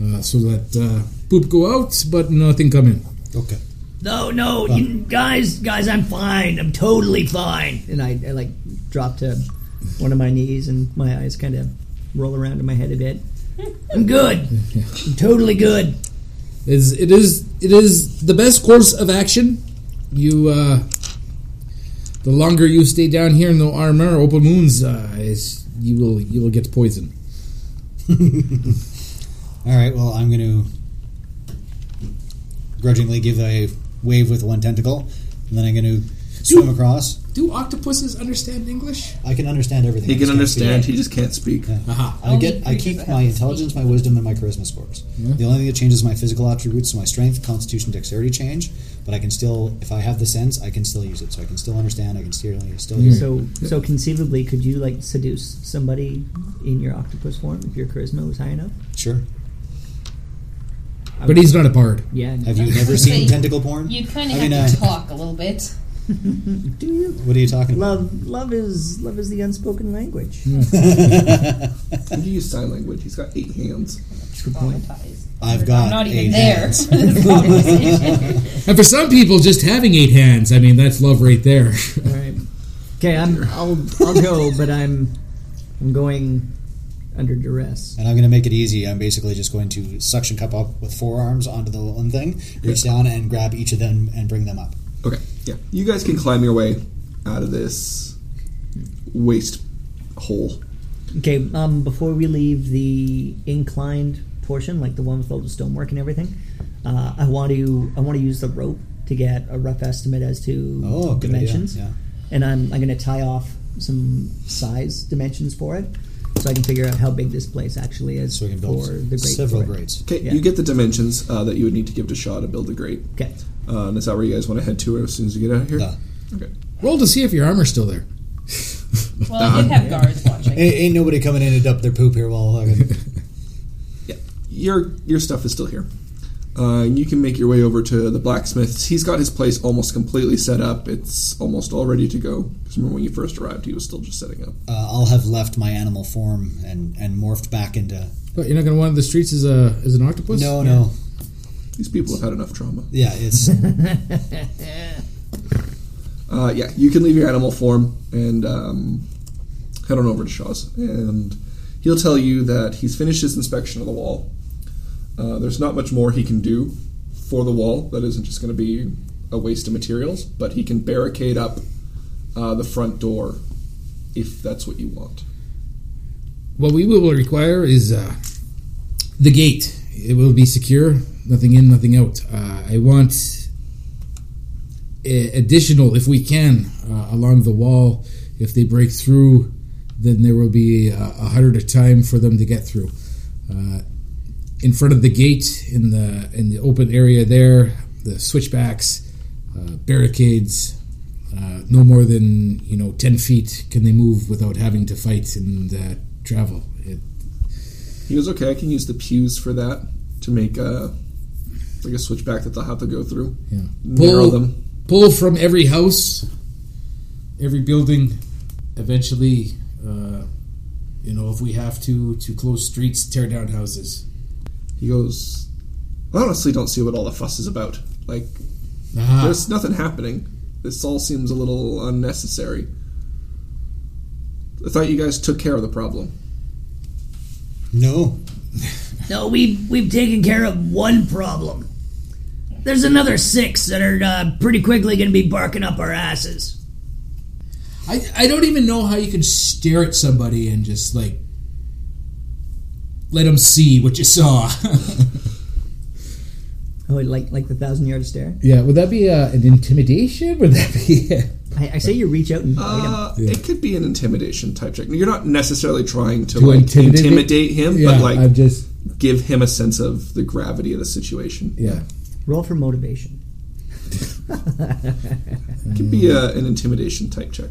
uh, so that uh, poop go out, but nothing come in. Okay. No, no, Oh. you guys, guys, I'm fine. I'm totally fine. And I, I like drop to one of my knees, and my eyes kind of roll around in my head a bit. I'm good. I'm totally good. is it is it is the best course of action. You uh, the longer you stay down here in no armor, open moons, uh, is you will you will get poison. All right. Well, I'm going to grudgingly give a wave with one tentacle, and then I'm going to swim across. Do octopuses understand English? I can understand everything. He I just can can't understand. see He it. just can't speak. Aha. I get. I keep my intelligence, my wisdom, and my charisma scores. The only thing that changes is my physical attributes, so my strength, constitution, dexterity change. But I can still, if I have the sense, I can still use it. So I can still understand. I can still, still hear. So, so conceivably, could you like seduce somebody in your octopus form if your charisma was high enough? Sure. But he's not a bard. Yeah. Have you was never gonna seen *laughs* say, tentacle porn? You'd kind I of mean, have uh, to talk a little bit. Do you? What are you talking about? Love, love is love is the unspoken language. Mm. How do you use sign language? He's got eight hands. Traumatized. I've got. I'm not even eight *laughs* there *laughs* hands. for this conversation. And for some people, just having eight hands, I mean, that's love right there. *laughs* All right. Okay, I'm. I'll. I'll *laughs* go, but I'm. I'm going under duress. And I'm going to make it easy. I'm basically just going to suction cup up with forearms onto the one thing, reach down and grab each of them and bring them up. Okay, yeah. You guys can climb your way out of this waste hole. Okay. Um. Before we leave the inclined portion, like the one with all the stonework and everything, uh, I want to. I want to use the rope to get a rough estimate as to Oh, good idea. dimensions. Yeah. And I'm. I'm going to tie off some size dimensions for it, so I can figure out how big this place actually is So we can build for the great several threat. grades. Okay, Yeah. you get the dimensions uh, that you would need to give to Shaw to build the grate. Okay. Uh, and is that where you guys want to head to as soon as you get out of here? Yeah. Okay. Roll to see if your armor's still there. well, *laughs* I did have guards watching. Ain't, ain't nobody coming in to dump their poop here while *laughs* fucking. Yeah. Your your stuff is still here. Uh, and you can make your way over to the blacksmith's. He's got his place almost completely set up. It's almost all ready to go. 'Cause remember when you first arrived, he was still just setting up. uh, I'll have left my animal form and, and morphed back into. But you're not going to wander the streets as a as an octopus. No, no. These people have had enough trauma. Yeah, *laughs* it's. Uh, yeah, you can leave your animal form and um, head on over to Shaw's, and he'll tell you that he's finished his inspection of the wall. Uh, there's not much more he can do for the wall. That isn't just going to be a waste of materials, but he can barricade up uh, the front door if that's what you want. What we will require is uh, the gate. It will be secure, nothing in, nothing out. Uh, I want a- additional, if we can, uh, along the wall. If they break through, then there will be uh, a harder time for them to get through. Uh, in front of the gate, in the in the open area there, the switchbacks, uh, barricades, uh, no more than you know ten feet can they move without having to fight and uh, travel. It, He goes, "Okay, I can use the pews for that to make a like a switchback that they'll have to go through. yeah. Narrow Pull them. pull from every house, every building, eventually, uh, you know, if we have to, to close streets, tear down houses. He goes, I honestly don't see what all the fuss is about. Like, Ah, there's nothing happening. This all seems a little unnecessary. I thought you guys took care of the problem. No. No, we've we've taken care of one problem. There's another six that are uh, pretty quickly going to be barking up our asses. I, I don't even know how you can stare at somebody and just like let them see what you saw. *laughs* Oh, like like the thousand yard stare. yeah, would that be uh, an intimidation? Would that be? *laughs* I, I say you reach out and bite him. Uh, It could be an intimidation type check. You're not necessarily trying to, To like intimidate- intimidate, him, yeah, but like I'm just give him a sense of the gravity of the situation. yeah. Roll for motivation. *laughs* It could be a, an intimidation type check.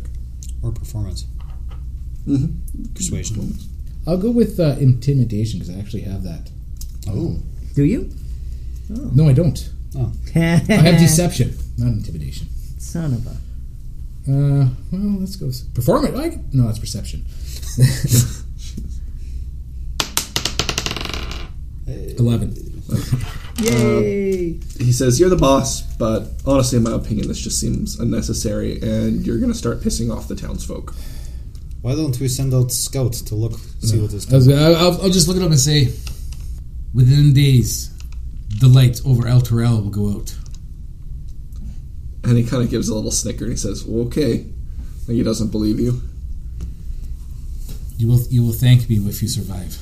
Or performance. Persuasion. I'll go with uh, intimidation because I actually have that. Oh. Do you? No, I don't. I Uh-huh. have deception, not intimidation. *laughs* Son of a. Uh, well, let's go s- performance. I can- no, that's perception. *laughs* Eleven. Uh. Yay! He says, You're the boss, but honestly, in my opinion, this just seems unnecessary, and you're going to start pissing off the townsfolk. Why don't we send out scouts to look, see what this I was, I- I'll, I'll just look it up and say, within days, the lights over El Torel will go out. And he kind of gives a little snicker and he says, well, Okay. Like he doesn't believe you. You will you will thank me if you survive.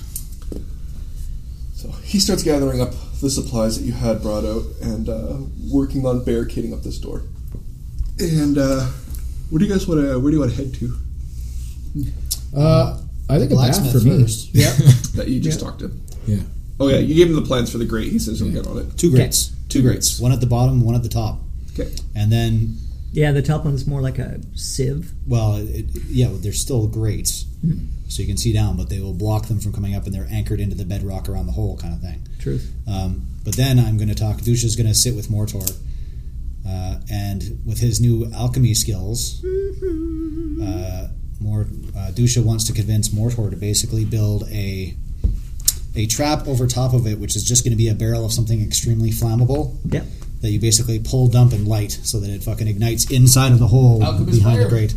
So he starts gathering up the supplies that you had brought out and uh, working on barricading up this door. And uh, where do you guys want to? Where do you want to head to? Uh, I think a bath blacksmith for me. first. That you just talked to. Yeah. Oh yeah, you gave him the plans for the grate. He says he'll get on it. Two grates. Two grates. One at the bottom, one at the top. Okay. And then Yeah, the top one's more like a sieve. Well, it, it- yeah, well, they're still grates, so you can see down, but they will block them from coming up, and they're anchored into the bedrock around the hole, kind of thing. Truth. Um, but then I'm going to talk. Dusha's going to sit with Mortor, uh, and with his new alchemy skills, uh, Mor uh, Dusha wants to convince Mortor to basically build a a trap over top of it, which is just going to be a barrel of something extremely flammable. Yep. That you basically pull, dump, and light, so that it fucking ignites inside of the hole Alchemist behind fire. the grate,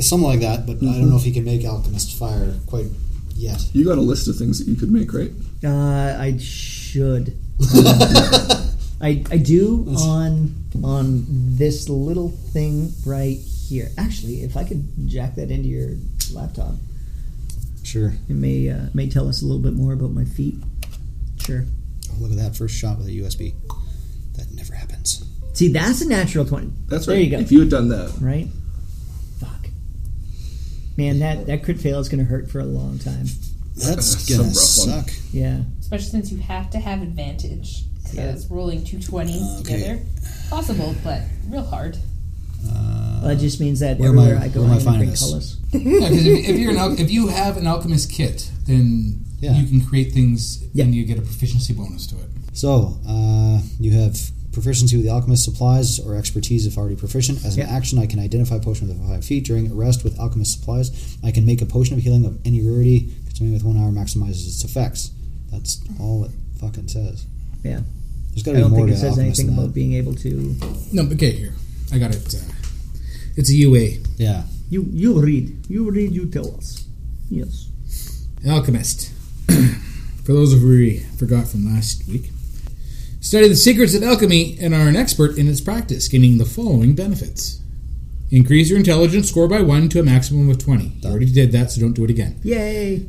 something like that. But I don't know if he can make alchemist fire quite yet. *laughs* You got a list of things that you could make, right? Uh, I should. I, I do on on this little thing right here. Actually, if I could jack that into your laptop, Sure. it may uh, may tell us a little bit more about my feet. Sure. Oh, look at that first shot with a USB. That never happens. See, that's a natural twenty, That's right. There you go. If you had done that, right? Fuck. Man, that that crit fail is gonna hurt for a long time. *laughs* That's That's gonna some rough suck. one. Yeah. Especially since you have to have advantage. Because rolling two twenties Okay. together, possible, but real hard. Uh, Well, that just means that Where am I- everywhere I, go, where am I'm I gonna finding bring this? colors. Yeah, because if, if you're an al- if you have an alchemist kit, then Yeah. you can create things Yeah. and you get a proficiency bonus to it. So, uh, you have proficiency with the alchemist supplies or expertise if already proficient. As an Yeah. action, I can identify a potion with five feet. During arrest with alchemist supplies, I can make a potion of healing of any rarity. Consuming with one hour maximizes its effects. That's all it fucking says. Yeah. There's I gotta be don't more think to it says alchemist anything than about that. being able to. No, okay, here I got it. Uh, it's a UA Yeah. You you read. You read. You tell us. Yes. An alchemist. *clears throat* For those of you who forgot from last week, study the secrets of alchemy and are an expert in its practice, gaining the following benefits: increase your intelligence score by one to a maximum of twenty. You already did that, so don't do it again. Yay!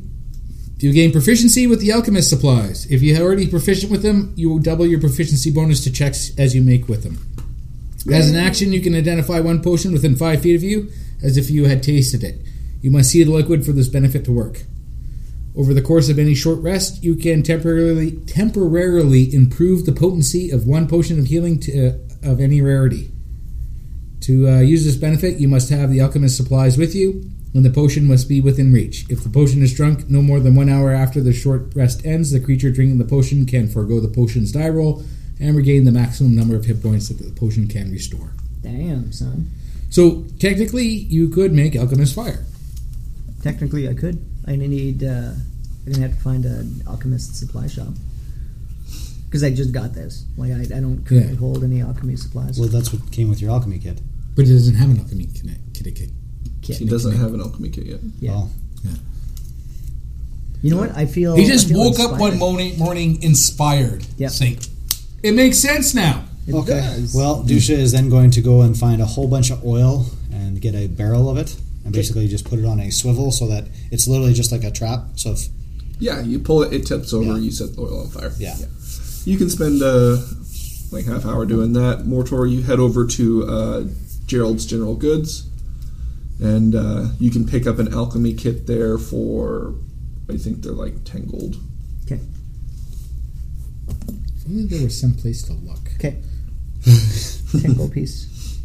You gain proficiency with the alchemist supplies. If you're already proficient with them, you will double your proficiency bonus to checks as you make with them. As an action, you can identify one potion within five feet of you as if you had tasted it. You must see the liquid for this benefit to work. Over the course of any short rest, you can temporarily temporarily improve the potency of one potion of healing to, uh, of any rarity. To uh, use this benefit, you must have the alchemist supplies with you, and the potion must be within reach. If the potion is drunk no more than one hour after the short rest ends, the creature drinking the potion can forego the potion's die roll and regain the maximum number of hit points that the potion can restore. Damn son. So technically, you could make alchemist fire. Technically, I could. I need. Uh, I'm gonna have to find an alchemist supply shop because I just got this. Like I, I don't currently Yeah. hold any alchemy supplies. Well, that's what came with your alchemy kit. But it doesn't have an alchemy connect, kit, kit. Kit. He doesn't have an alchemy kit yet. Yeah. Oh. You know what? I feel. He just I feel woke up Oh, inspired. one morning, morning inspired. Yeah. Saying, it makes sense now. It Okay. does. Well, Dusha is then going to go and find a whole bunch of oil and get a barrel of it, and basically just put it on a swivel so that it's literally just like a trap. So if Yeah, you pull it, it tips over, Yeah. you set the oil on fire. Yeah. You can spend uh, like half hour doing that. Mortor, you head over to uh, Gerald's General Goods, and uh, you can pick up an alchemy kit there for, I think they're like 10 gold. Okay. If only there was some place to look. *laughs* Okay. Ten gold piece.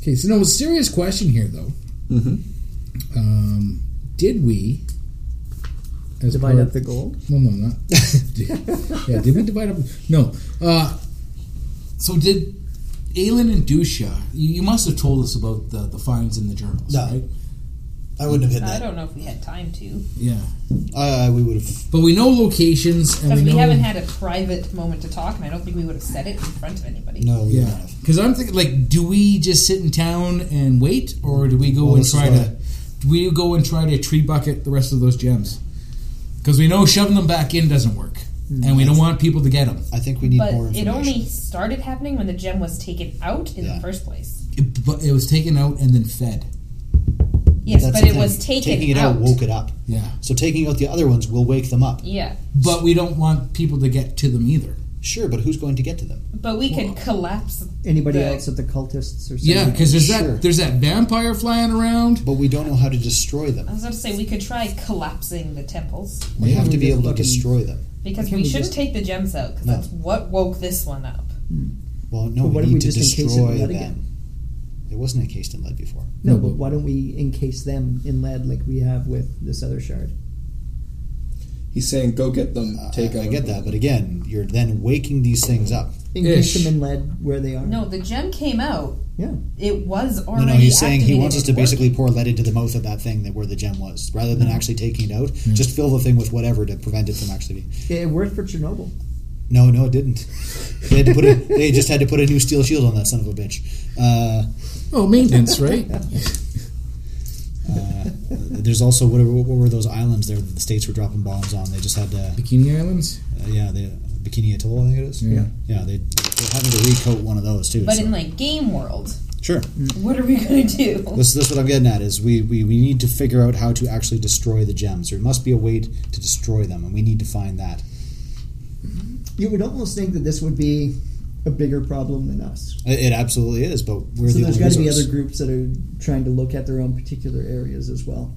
Okay, so no serious question here though. Mm-hmm. Um, did we as Divide part- up the gold. Well, *laughs* no, not. yeah, did we divide up? No. Uh, so did Aelin and Dusha? You, you must have told us about the, the finds in the journals, No. right? I wouldn't have hit I that, don't know if we had time to. Yeah, uh, we would have. but we know locations, and Because we, we know, haven't had a private moment to talk, and I don't think we would have said it in front of anybody. No, we wouldn't Yeah, have. because I'm thinking like, do we just sit in town and wait, or do we go Well, and this is try why- to? Do we go and try to tree bucket the rest of those gems? Because we know shoving them back in doesn't work, Hmm. and we don't want people to get them. I think we need But more it information. only started happening when the gem was taken out in Yeah. the first place. It, but it was taken out and then fed. Yes, That's but the it was thing. taken taking it out. out woke it up. Yeah, So taking out the other ones will wake them up. Yeah, but we don't want people to get to them either. Sure, but who's going to get to them? but we could collapse. Anybody The- else at the cultists or something? Yeah, because there's Sure. that there's that vampire flying around. But we don't know how to destroy I them. was going to say we could try collapsing the temples We Yeah. have to be Just able to fucking- destroy them. because Can we we shouldn't just- take the gems out because No. that's what woke this one up. Well, no, But we what if need we to just encase it in destroy lead them. again? It wasn't encased in lead before. No, but why don't we encase them in lead like we have with this other shard? He's saying, go Uh, get them, I- take I, I them. get that, but again, you're then waking these things up. Encase Ish. them in lead where they are. No, the gem came out. Yeah. It was No, already. no, he's saying he activated wants us and to basically working. pour lead into the mouth of that thing that where the gem was, rather Mm. than actually taking it out. Just fill the thing with whatever to prevent it from actually being. It worked for Chernobyl. No, no, it didn't. They had to put a, They just had to put a new steel shield on that son of a bitch. Uh, Oh, *laughs* maintenance, right? uh, there's also whatever. What were those islands there that the states were dropping bombs on? They just had to. Bikini Islands. Uh, yeah, the Bikini Atoll, I think it is. Yeah. Yeah, they, they're having to recoat one of those too. But so- in like game world, sure. what are we going to do? This, this is what I'm getting at is we, we, we need to figure out how to actually destroy the gems. There must be a way to destroy them, and we need to find that. You would almost think that this would be a bigger problem than us. It, it absolutely is, but we're so the there's only got to be resource. other groups that are trying to look at their own particular areas as well.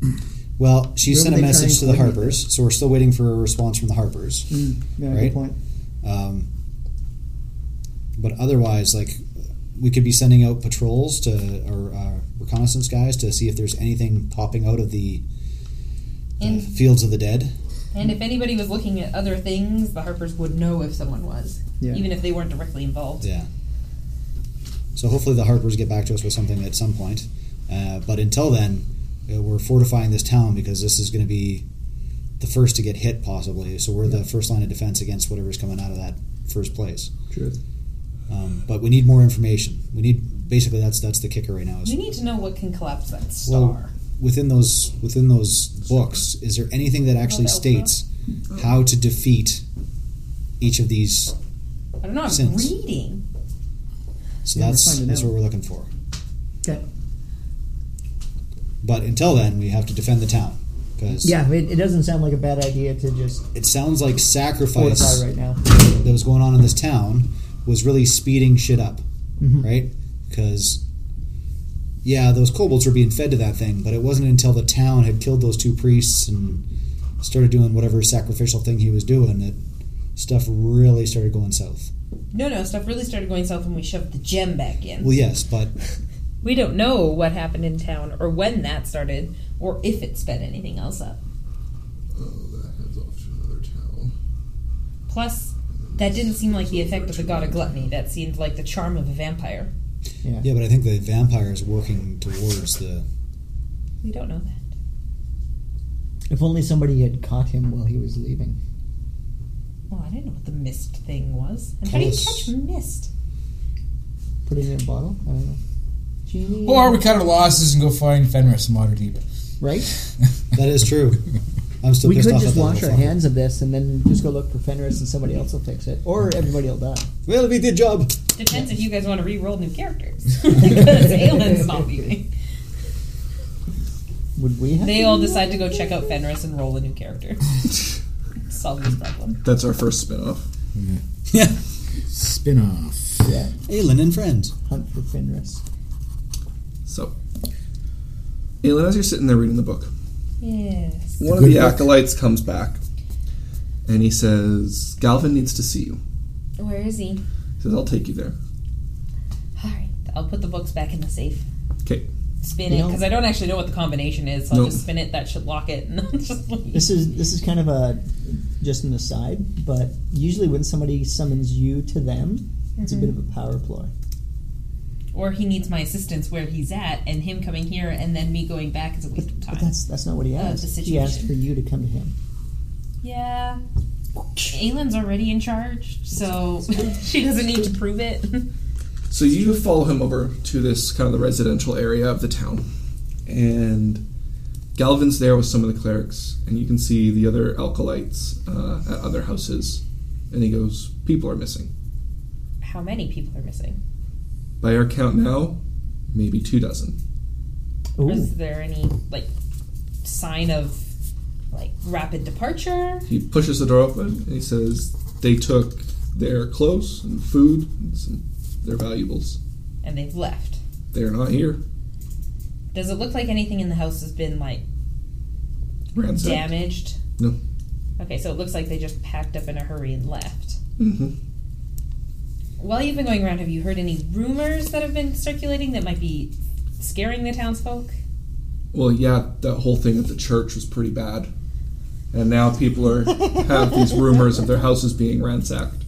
Well, she Where sent a would they message try to the and coordinate Harpers, so we're still waiting for a response from the Harpers. Yeah, Hmm. Right. good point. Um, but otherwise, like we could be sending out patrols to or uh, reconnaissance guys to see if there's anything popping out of the uh, In- fields of the dead. And if anybody was looking at other things, the Harpers would know if someone was, Yeah. even if they weren't directly involved. Yeah. So hopefully the Harpers get back to us with something at some point. Uh, but until then, uh, we're fortifying this town because this is going to be the first to get hit, possibly. So we're the first line of defense against whatever's coming out of that first place. True. Um, but we need more information. We need basically that's that's the kicker right now. Is We need to know what can collapse that star. Well, within those within those books, is there anything that actually Oh, Alpha? states Mm-hmm. how to defeat each of these? I don't know. I'm since- reading. So Yeah, we're that's finding that's out. what we're looking for. Okay. But until then, we have to defend the town because Yeah, it, it doesn't sound like a bad idea to just it sounds like sacrifice fortify right now. that was going on in this town was really speeding shit up, Mm-hmm. right? Because yeah, those kobolds were being fed to that thing, but it wasn't until the town had killed those two priests and started doing whatever sacrificial thing he was doing that stuff really started going south. No, no, stuff really started going south when we shoved the gem back in. Well, yes, but We don't know what happened in town or when that started or if it sped anything else up. Oh, that heads off to another town. Plus, that didn't seem like the effect of the god of gluttony. That seemed like the charm of a vampire. yeah, but I think the vampire is working towards the We don't know that. If only somebody had caught him while he was leaving. Well, I didn't know what the mist thing was. And how do you catch mist? Put it in a bottle? I don't know. Genie. Or we cut our losses and go find Fenris and Waterdeep. Right? That is true. I'm still We pissed could off just at that wash our little fucker. hands of this and then just go look for Fenris and somebody else will fix it. Or everybody will die. Well, we did job. Depends if you guys want to re-roll new *laughs* characters. because Aelin's not leaving. Would we have? They all decide to go check out Fenris and roll a new character. Solve this problem. That's our first spin-off. Spin off. Yeah. Aelin and friends. Hunt for Fenris. So, Aelin, as you're sitting there reading the book, Yes. one of the acolytes comes back, and he says, "Galvin needs to see you." Where is he? He says, "I'll take you there." All right. I'll put the books back in the safe. Okay. Spin You it know- because I don't actually know what the combination is. So I'll No. just spin it. That should lock it, *laughs* and I'll just leave. This is this is kind of a just an aside, but usually when somebody summons you to them, it's a bit of a power ploy. or he needs my assistance where he's at, and him coming here and then me going back is a waste of But time. that's that's not what he Uh, asked. the he asked situation. for you to come to him. Yeah. Aylin's already in charge, so *laughs* she doesn't need to prove it. *laughs* So you follow him over to this kind of the residential area of the town, and Galvin's there with some of the clerics, and you can see the other alkalites uh, at other houses. And he goes, "People are missing. How many people are missing? By our count now, maybe two dozen. Ooh. Is there any like sign of like rapid departure? He pushes the door open and he says, "They took their clothes and food and some their valuables. And they've left. They are not here. Does it look like anything in the house has been like Ransacked. damaged? No. Okay, so it looks like they just packed up in a hurry and left. Mm-hmm. hmm While you've been going around, have you heard any rumors that have been circulating that might be scaring the townsfolk? Well, yeah, that whole thing at the church was pretty bad, and now people are have these rumors of their houses being ransacked.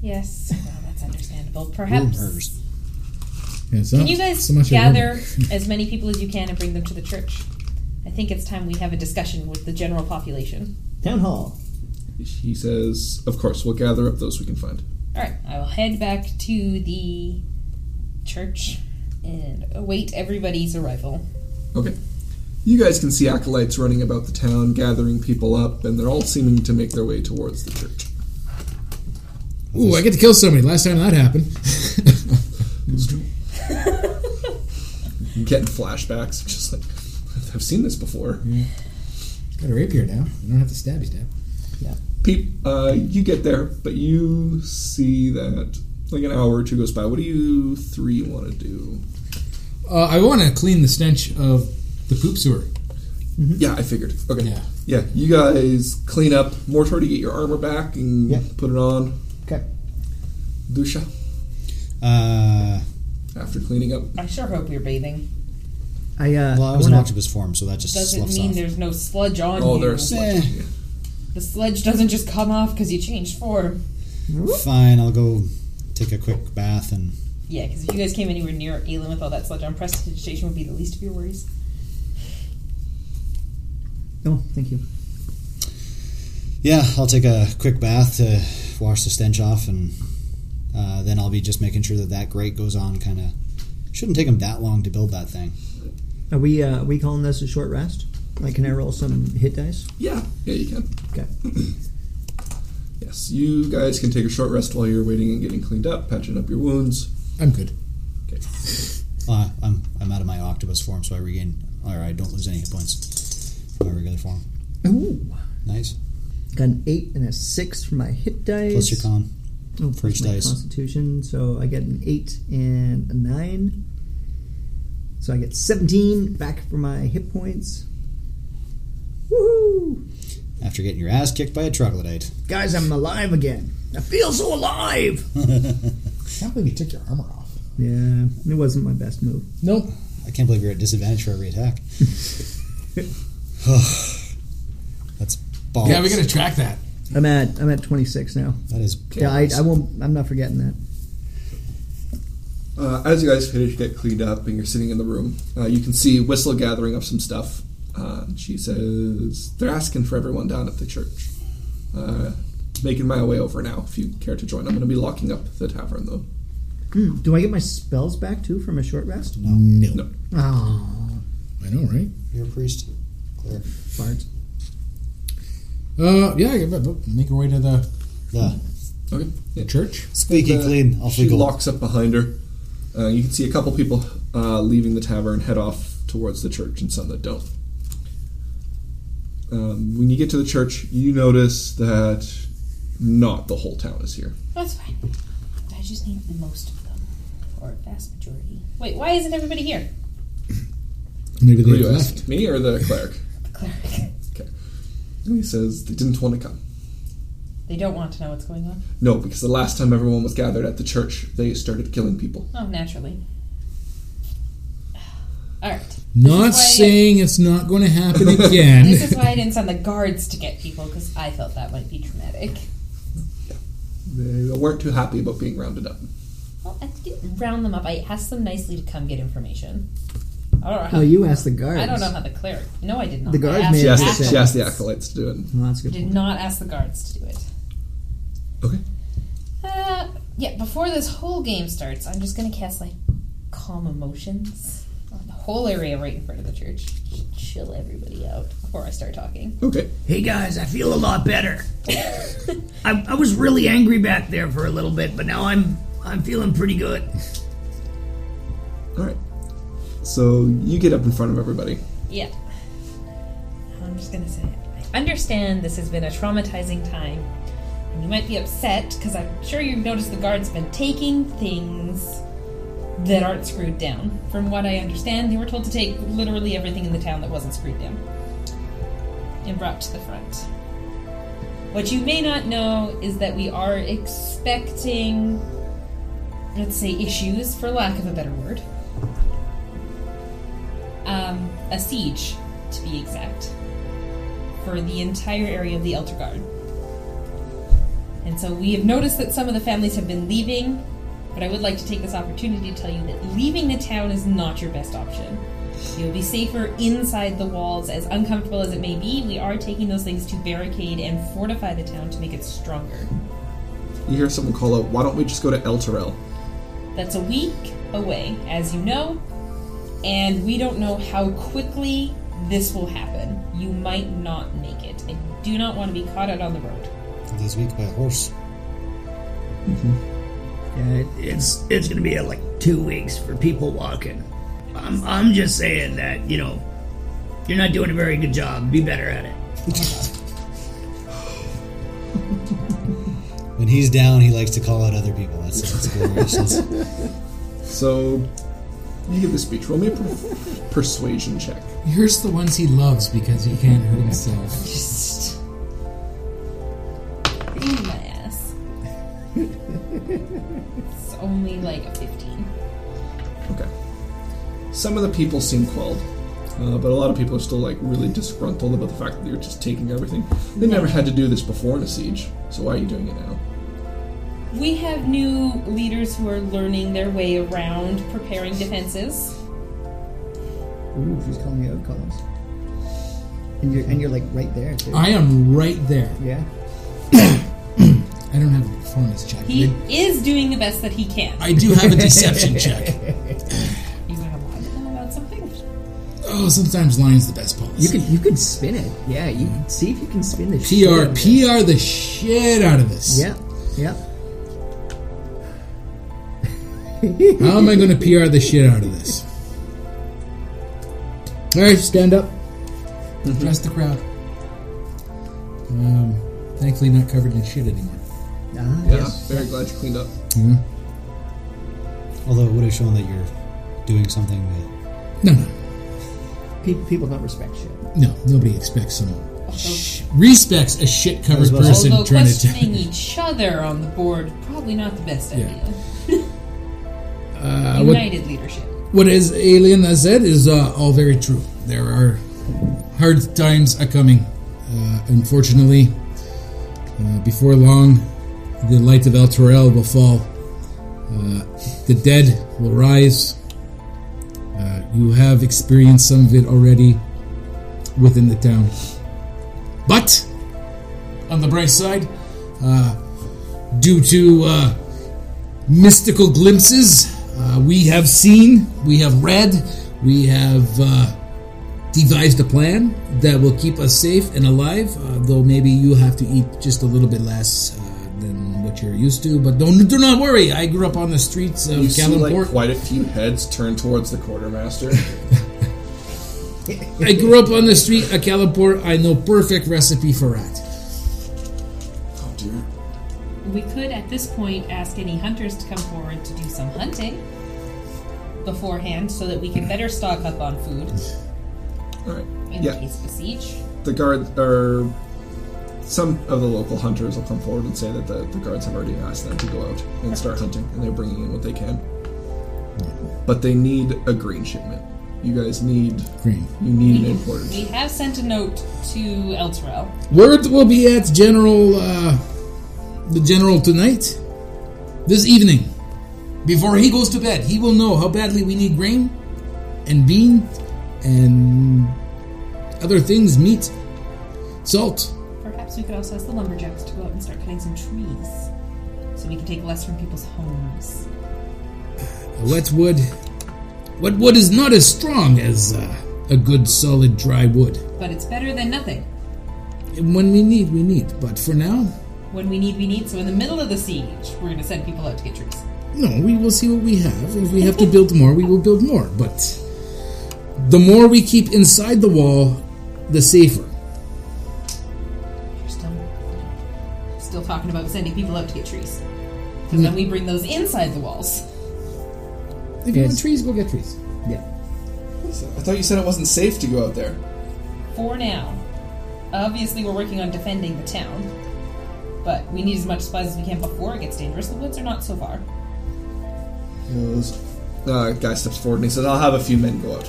Yes. Well, that's understandable. Perhaps. Rumors. Yeah, so, Can you guys so much of a gather rumor. *laughs* as many people as you can and bring them to the church? I think it's time we have a discussion with the general population. Town hall. He says, "Of course, we'll gather up those we can find." All right, I will head back to the church and await everybody's arrival. Okay. You guys can see acolytes running about the town, gathering people up, and they're all seeming to make their way towards the church. Ooh, I get to kill somebody. Last time that happened. *laughs* I'm getting flashbacks, *laughs* I'm just like I've seen this before. Got a rapier now. I don't have to stabby stab. Peep, uh, you get there, but you see that like an hour or two goes by. What do you three want to do? Uh, I want to clean the stench of the poop sewer. Yeah, I figured. Okay. Yeah. Yeah, you guys clean up. Mortar to get your armor back and Yeah. put it on. Okay. Dusha Uh, after cleaning up. I sure hope you're bathing. I uh well, I I was in wanna- octopus form, so that just Doesn't sloughs mean off. there's no sludge on Oh, you. there's Eh. sludge. The sludge doesn't just come off because you changed form. Fine, I'll go take a quick bath and Yeah, because if you guys came anywhere near Elin with all that sludge on, prestidigitation would be the least of your worries. No, Oh, thank you. yeah, I'll take a quick bath to wash the stench off, and uh, then I'll be just making sure that that grate goes on. Kind of shouldn't take them that long to build that thing. Are we uh are we calling this a short rest? Like can I roll some hit dice? Yeah, yeah, you can. Okay. *clears throat* Yes, you guys can take a short rest while you're waiting and getting cleaned up, patching up your wounds. I'm good. Uh, I'm I'm out of my octopus form, so I regain or I don't lose any hit points. in My regular form, Ooh. nice. Got an eight and a six for my hit dice. Plus your con. Oh, for plus each my dice. Constitution. So I get an eight and a nine. So I get seventeen back for my hit points. Woohoo! After getting your ass kicked by a troglodyte, Guys, I'm alive again. I feel so alive. can't believe you took your armor off. Yeah, it wasn't my best move. Nope. I can't believe you're at disadvantage for every attack. *sighs* That's balls. Yeah, we gotta track that. I'm at I'm at 26 now. That is Yeah, I, I won't. I'm not forgetting that. Uh, as you guys finish, get cleaned up, and you're sitting in the room. Uh, you can see Whistle gathering up some stuff. Uh, she says they're asking for everyone down at the church. Uh, making my way over now. If you care to join, I'm going to be locking up the tavern though. Hmm, do I get my spells back too from a short rest? No. No. Ah, Oh, I know, right? You're a priest. Clear. Bards. Uh, yeah, I can- make our way to the The Okay. Yeah. church. squeaky Uh, clean. Off she we go. locks up behind her. Uh, you can see a couple people uh, leaving the tavern, head off towards the church, and some that don't. Um, when you get to the church, you notice that not the whole town is here. That's fine. I just need the most of them, or a vast majority. Wait, why isn't everybody here? Maybe Who are they you left. asking, me or the cleric? The cleric. And he says they didn't want to come. They don't want to know what's going on. No, because the last time everyone was gathered at the church, they started killing people. Oh, naturally. *sighs* All right. Not This is why- saying it's not going to happen *laughs* again. This is why I didn't send the guards to get people because I felt that might be traumatic. They weren't too happy about being rounded up. Well, I didn't round them up. I asked them nicely to come get information. I don't know how. Oh, you asked the guards. I don't know how the cleric. No, I did not. The guards I asked made She Yeah, asked, the the, sense. she asked the acolytes. acolytes to do it. Well, that's a good. Did point. not ask the guards to do it. Okay. Uh, yeah. Before this whole game starts, I'm just gonna cast like calm emotions on the whole area right in front of the church. Just chill everybody out before I start talking. Okay. Hey guys, I feel a *laughs* lot better. I, I was really angry back there for a little bit, but now I'm I'm feeling pretty good. All right. So you get up in front of everybody. Yeah. I'm just gonna say it. I understand this has been a traumatizing time. And you might be upset because I'm sure you've noticed the guards have been taking things that aren't screwed down. From what I understand, they were told to take literally everything in the town that wasn't screwed down and brought to the front. What you may not know is that we are expecting, let's say, issues, for lack of a better word um, a siege, to be exact, for the entire area of the Elder Guard. And so we have noticed that some of the families have been leaving, but I would like to take this opportunity to tell you that leaving the town is not your best option. You'll be safer inside the walls, as uncomfortable as it may be. We are taking those things to barricade and fortify the town to make it stronger. You hear someone call out, why don't we just go to El Terrell? That's a week away, as you know, and we don't know how quickly this will happen. You might not make it. I do not want to be caught out on the road. These weak by a horse. Yeah, it- It's it's gonna be uh, like two weeks for people walking. I'm I'm just saying that you know you're not doing a very good job. Be better at it. When he's down, he likes to call out other people. That's that's glorious. So you give the speech. Roll me a per- *laughs* persuasion check. Here's the ones he loves because he can't hurt himself. Just Ooh, my ass. it's only like a fifteen. Okay. Some of the people seem quelled, uh, but a lot of people are still like really disgruntled about the fact that you're just taking everything. They never had to do this before in a siege, so why are you doing it now? We have new leaders who are learning their way around preparing defenses. Ooh, she's calling me out, Collins. And you're and you're like right there too. I am right there. yeah. I don't have a performance check. He is doing the best that he can. I do have a deception check. You want to lie to them about something? Oh, sometimes lying's the best policy. You could you could spin it. Yeah, you see if you can spin the shit out PR of it. PR the shit out of this. Yeah, yeah. Ah, How am I going to PR the shit out of this? All right, stand up. Address the crowd. Um, thankfully, not covered in shit anymore. Ah, Yeah, yes. very glad you cleaned up. Although it would have shown that you're doing something that No, no, People, people don't respect shit. no. Nobody expects someone sh- respects a shit covered Although- person Although trying to. *laughs* questioning each other on the board, probably not the best Yeah. idea. *laughs* uh, what, United leadership. what is alien has said is uh, all very true. There are hard times a coming. Uh, unfortunately, uh, before long, the light of El Torel will fall Uh, the dead will rise. Uh, you have experienced some of it already within the town. But, on the bright side, uh, due to uh, mystical glimpses, uh, we have seen, we have read, we have uh, devised a plan that will keep us safe and alive. Uh, though maybe you have to eat just a little bit less uh, than what you're used to. But don't do not worry. I grew up on the streets of You see, like, Kalimpor. quite a few heads turned towards the quartermaster. I grew up on the street of Kalimpor. I know perfect recipe for rat. oh dear. We could, at this point, ask any hunters to come forward to do some hunting beforehand so that we can better stock up on food All right. in Yeah. case besieged. The guard or some of the local hunters will come forward and say that the, the guards have already asked them to go out and start hunting, and they're bringing in what they can. But they need a green shipment. You guys need Green. You need an importer. We have sent a note to Elturel. Word will be at General, uh, the General tonight, this evening. Before he goes to bed, he will know how badly we need grain and bean and other things, meat, salt. Perhaps we could also ask the lumberjacks to go out and start cutting some trees so we can take less from people's homes. Wet wood. Wet wood is not as strong as uh, a good solid dry wood. But it's better than nothing. And when we need, we need. But for now, When we need, we need. So in the middle of the siege, we're going to send people out to get trees. No, we will see what we have. If we have to build more, we will build more. But the more we keep inside the wall, the safer. We're still, still talking about sending people out to get trees. Hmm. Because then we bring those inside the walls. If you want trees, we'll get trees. I thought you said it wasn't safe to go out there. For now. Obviously, we're working on defending the town. But we need as much supplies as we can before it gets dangerous. The woods are not so far. He goes, uh, guy steps forward and he says, "I'll have a few men go out."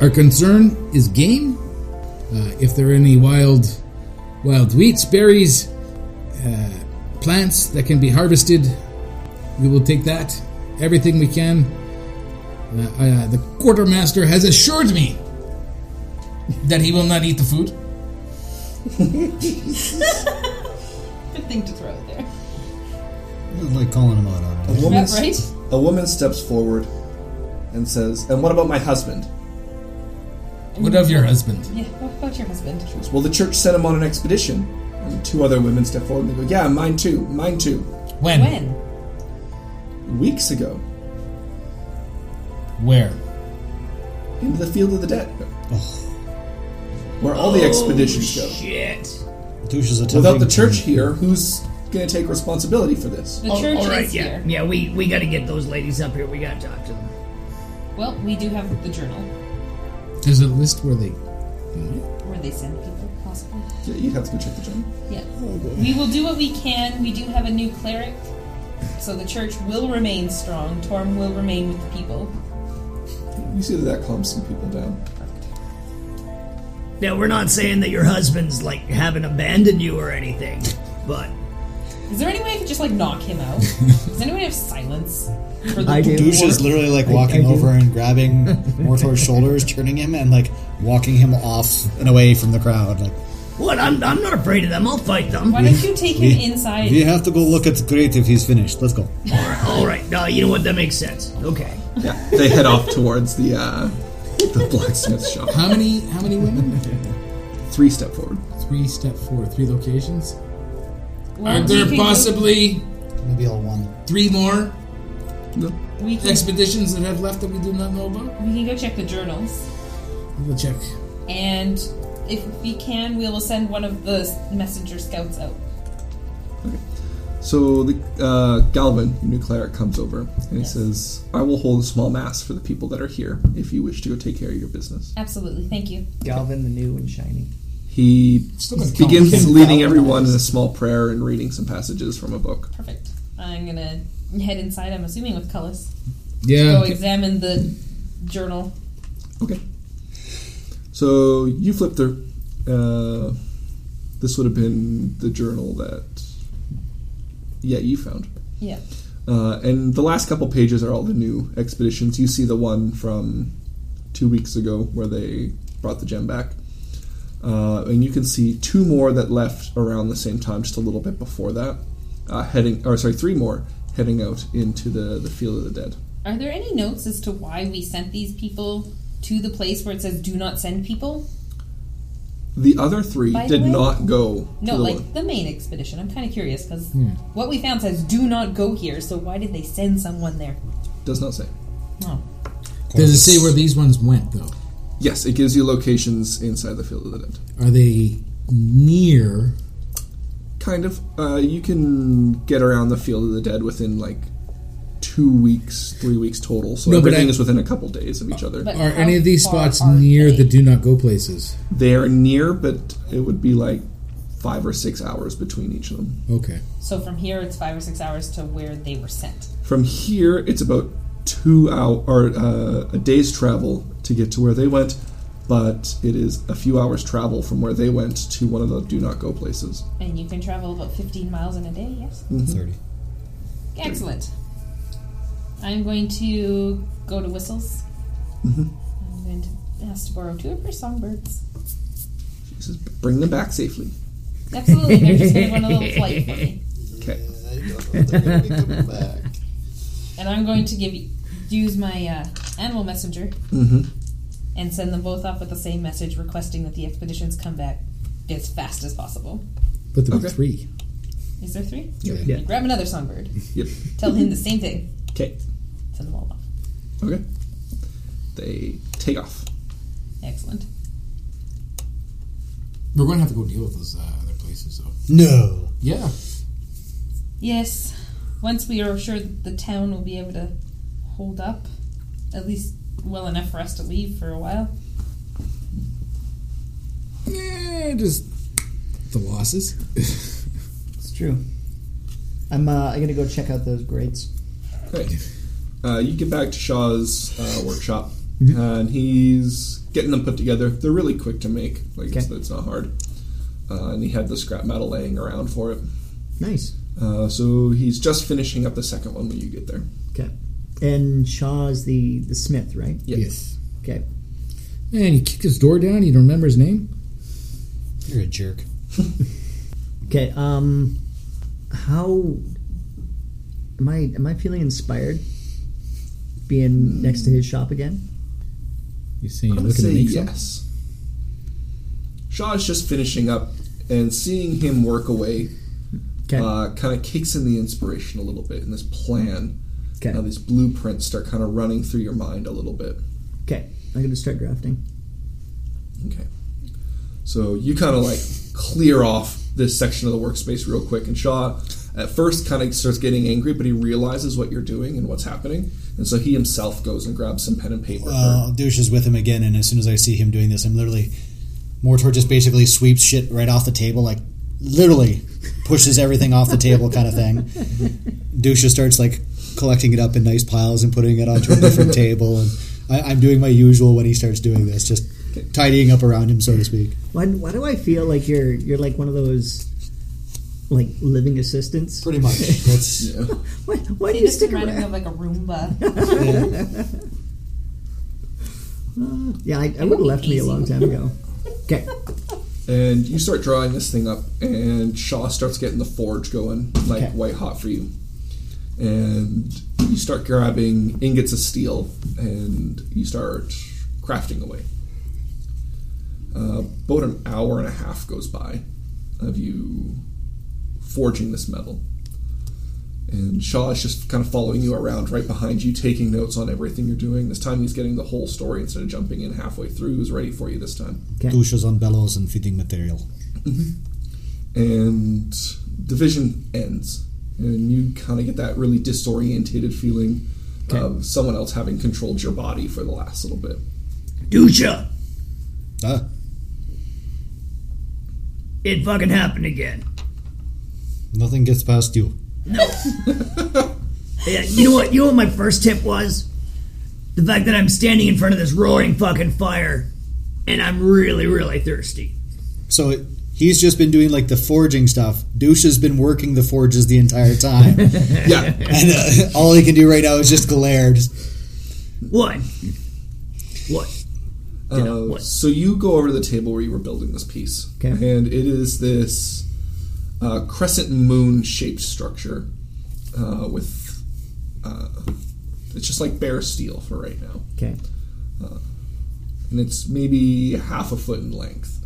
Our concern is game. Uh, if there are any wild, wild wheats, berries, uh, plants that can be harvested, we will take that. Everything we can. Uh, uh, the quartermaster has assured me that he will not eat the food. Good thing to throw out there. like calling him out on A it. woman, *laughs* right? a woman steps forward and says, "And what about my husband?" What of your husband? Yeah, what about your husband? Hmm. She goes, Well, the church sent him on an expedition. And two other women step forward and they go, Yeah, mine too, mine too. When? When? Weeks ago, Where? into the field of the dead. Where all the expeditions go. Oh. Shit. Douche is attempting Without the church to- here, who's going to take responsibility for this? The church all Oh, right, is yeah, here. yeah. We we got to get those ladies up here. We got to talk to them. Well, we do have the journal There's a list where they. where they send people, possibly. Yeah, you'd have to go check the gym. Yeah. Oh, we will do what we can. We do have a new cleric, so the church will remain strong. Torm will remain with the people. You see that that calms some people down. Yeah, we're not saying that your husband's like haven't abandoned you or anything, but Is there any way I could just like knock him out? Does anyone have silence? For the I do. Douche dwarf? is literally like I- walking I do. over and grabbing Mortor's shoulders, turning him, and like walking him off and away from the crowd. Like what? I'm I'm not afraid of them. I'll fight them. Why don't you take him we- inside? we have to go look at the crate if he's finished. Let's go. All right, no, you know what? That makes sense. Okay. Yeah, they head off towards the uh, the blacksmith shop. How many? How many *laughs* women? Three step forward. three step four, three locations. Well, Are we there can- possibly Maybe all one. three more We can, expeditions that have left that we do not know about? we can go check the journals, We will check. and if we can, we will send one of the messenger scouts out. So the uh, Galvin, your new cleric, comes over and he says, "I will hold a small mass for the people that are here. If you wish to go take care of your business." Absolutely, thank you. Galvin, the new and shiny. He Still gonna count. begins Count. leading everyone in a small prayer and reading some passages from a book. Perfect. I'm gonna head inside. I'm assuming with Cullis. Yeah. Go examine the journal. Okay. So you flip through. Uh, this would have been the journal that Yeah, you found. Yeah. Uh, and the last couple pages are all the new expeditions. You see the one from two weeks ago where they brought the gem back. Uh, and you can see two more that left around the same time, just a little bit before that, uh, heading, or sorry, three more heading out into the, the field of the dead. Are there any notes as to why we sent these people to the place where it says "do not send people"? The other three By the did way- not go. to No, the like one- the main expedition. I'm kind of curious because Hmm. what we found says "do not go here." So why did they send someone there? does not say. Oh, Does it say where these ones went though? Yes, it gives you locations inside the field of the dead. Are they near? Kind of. Uh, you can get around the field of the dead within like two weeks, three weeks total. So No, but everything I- is within a couple days of each other. Are any of these spots near the do not go places? They are near, but it would be like five or six hours between each of them. Okay. so from here it's five or six hours to where they were sent. From here, it's about two hour or uh, a day's travel to get to where they went, but it is a few hours travel from where they went to one of the do not go places. And you can travel about 15 miles in a day. Yes. Hmm. Mhm. Excellent. I'm going to go to whistles. Mm-hmm. Mhm. I'm going to ask to borrow two of her songbirds. She says, "Bring them back safely." Absolutely, they're just going to go on a little flight for me. Okay. And I'm going to give use my uh, animal messenger Mhm. and send them both off with the same message, requesting that the expeditions come back as fast as possible. But there were Okay. three. Is there three? Yeah. Yeah. Grab another songbird. Yep. Tell him the same thing. Okay. Send them all off. Okay. They take off. Excellent. We're going to have to go deal with those uh, other places though. No. Yeah. Yes. Once we are sure that the town will be able to hold up, at least well enough for us to leave for a while. Eh, just the *laughs* losses. It's true. I'm uh, I'm gonna go check out those grades. Great. Uh, you get back to Shaw's uh, workshop, Mm-hmm. and he's getting them put together. They're really quick to make. Like it's, Okay. it's not hard. Uh, and he had the scrap metal laying around for it. Nice. Uh, so he's just finishing up the second one when you get there. Okay. And Shaw is the the Smith, right? Yep. Yes. Okay. Man, he kicked his door down. You don't remember his name? You're a jerk. Okay. Um, how am I? Am I feeling inspired? Being next to his shop again. You saying I'm you're gonna looking say to make some? yes. Shaw's just finishing up, and seeing him work away, Okay. uh, kind of kicks in the inspiration a little bit, and this plan, Okay. now these blueprints start kind of running through your mind a little bit. Okay. I'm gonna start drafting. Okay. So you kind of like clear off this section of the workspace real quick, and Shaw at first kind of starts getting angry, but he realizes what you're doing and what's happening, and so he himself goes and grabs some pen and paper. Uh, Douche is with him again, and as soon as I see him doing this, I'm literally. Mortor just basically sweeps shit right off the table, like literally pushes everything off the table, kind of *laughs* thing. Douche just starts like collecting it up in nice piles and putting it onto a *laughs* different table. And I, I'm doing my usual when he starts doing this, just tidying up around him, so to speak. Why, why do I feel like you're you're like one of those like living assistants? Pretty much. That's Yeah. *laughs* Why, why do They you just stick reminded me around? of like a Roomba. *laughs* Yeah, I, I would have left me a long time ago. Okay. And you start drawing this thing up, and Shaw starts getting the forge going, like Okay. white hot for you. And you start grabbing ingots of steel, and you start crafting away. Uh, about an hour and a half goes by of you forging this metal. And Shaw is just kind of following you around right behind you, taking notes on everything you're doing. This time he's getting the whole story instead of jumping in halfway through. He's ready for you this time. *laughs* Okay. Douche is on bellows and feeding material. and division ends and you kind of get that really disorientated feeling Okay. of someone else having controlled your body for the last little bit Dusha, Ah, *laughs* it fucking happened again. nothing gets past you. Yeah, you know what? You know what my first tip was? The fact that I'm standing in front of this roaring fucking fire, and I'm really, really thirsty. So it, He's just been doing like the forging stuff. Douche has been working the forges the entire *laughs* time. yeah, and uh, *laughs* all he can do right now is just glare. Just, What? What? *laughs* You know, Uh, what? so you go over to the table where you were building this piece, Okay. and it is this uh, crescent moon shaped structure uh, with uh, it's just like bare steel for right now, Okay. and it's maybe half a foot in length,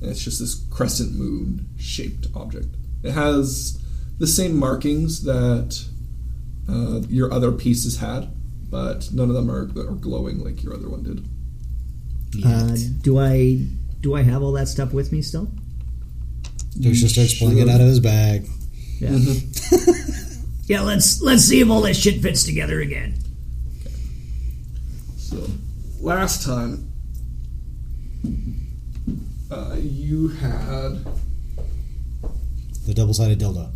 and it's just this crescent moon shaped object. It has the same markings that uh, your other pieces had, but none of them are, are glowing like your other one did. Uh, do I do I have all that stuff with me still? Douche just starts pulling it out of his bag. Yeah. Yeah, let's let's see if all this shit fits together again. So, last time, uh, you had The double sided dildo.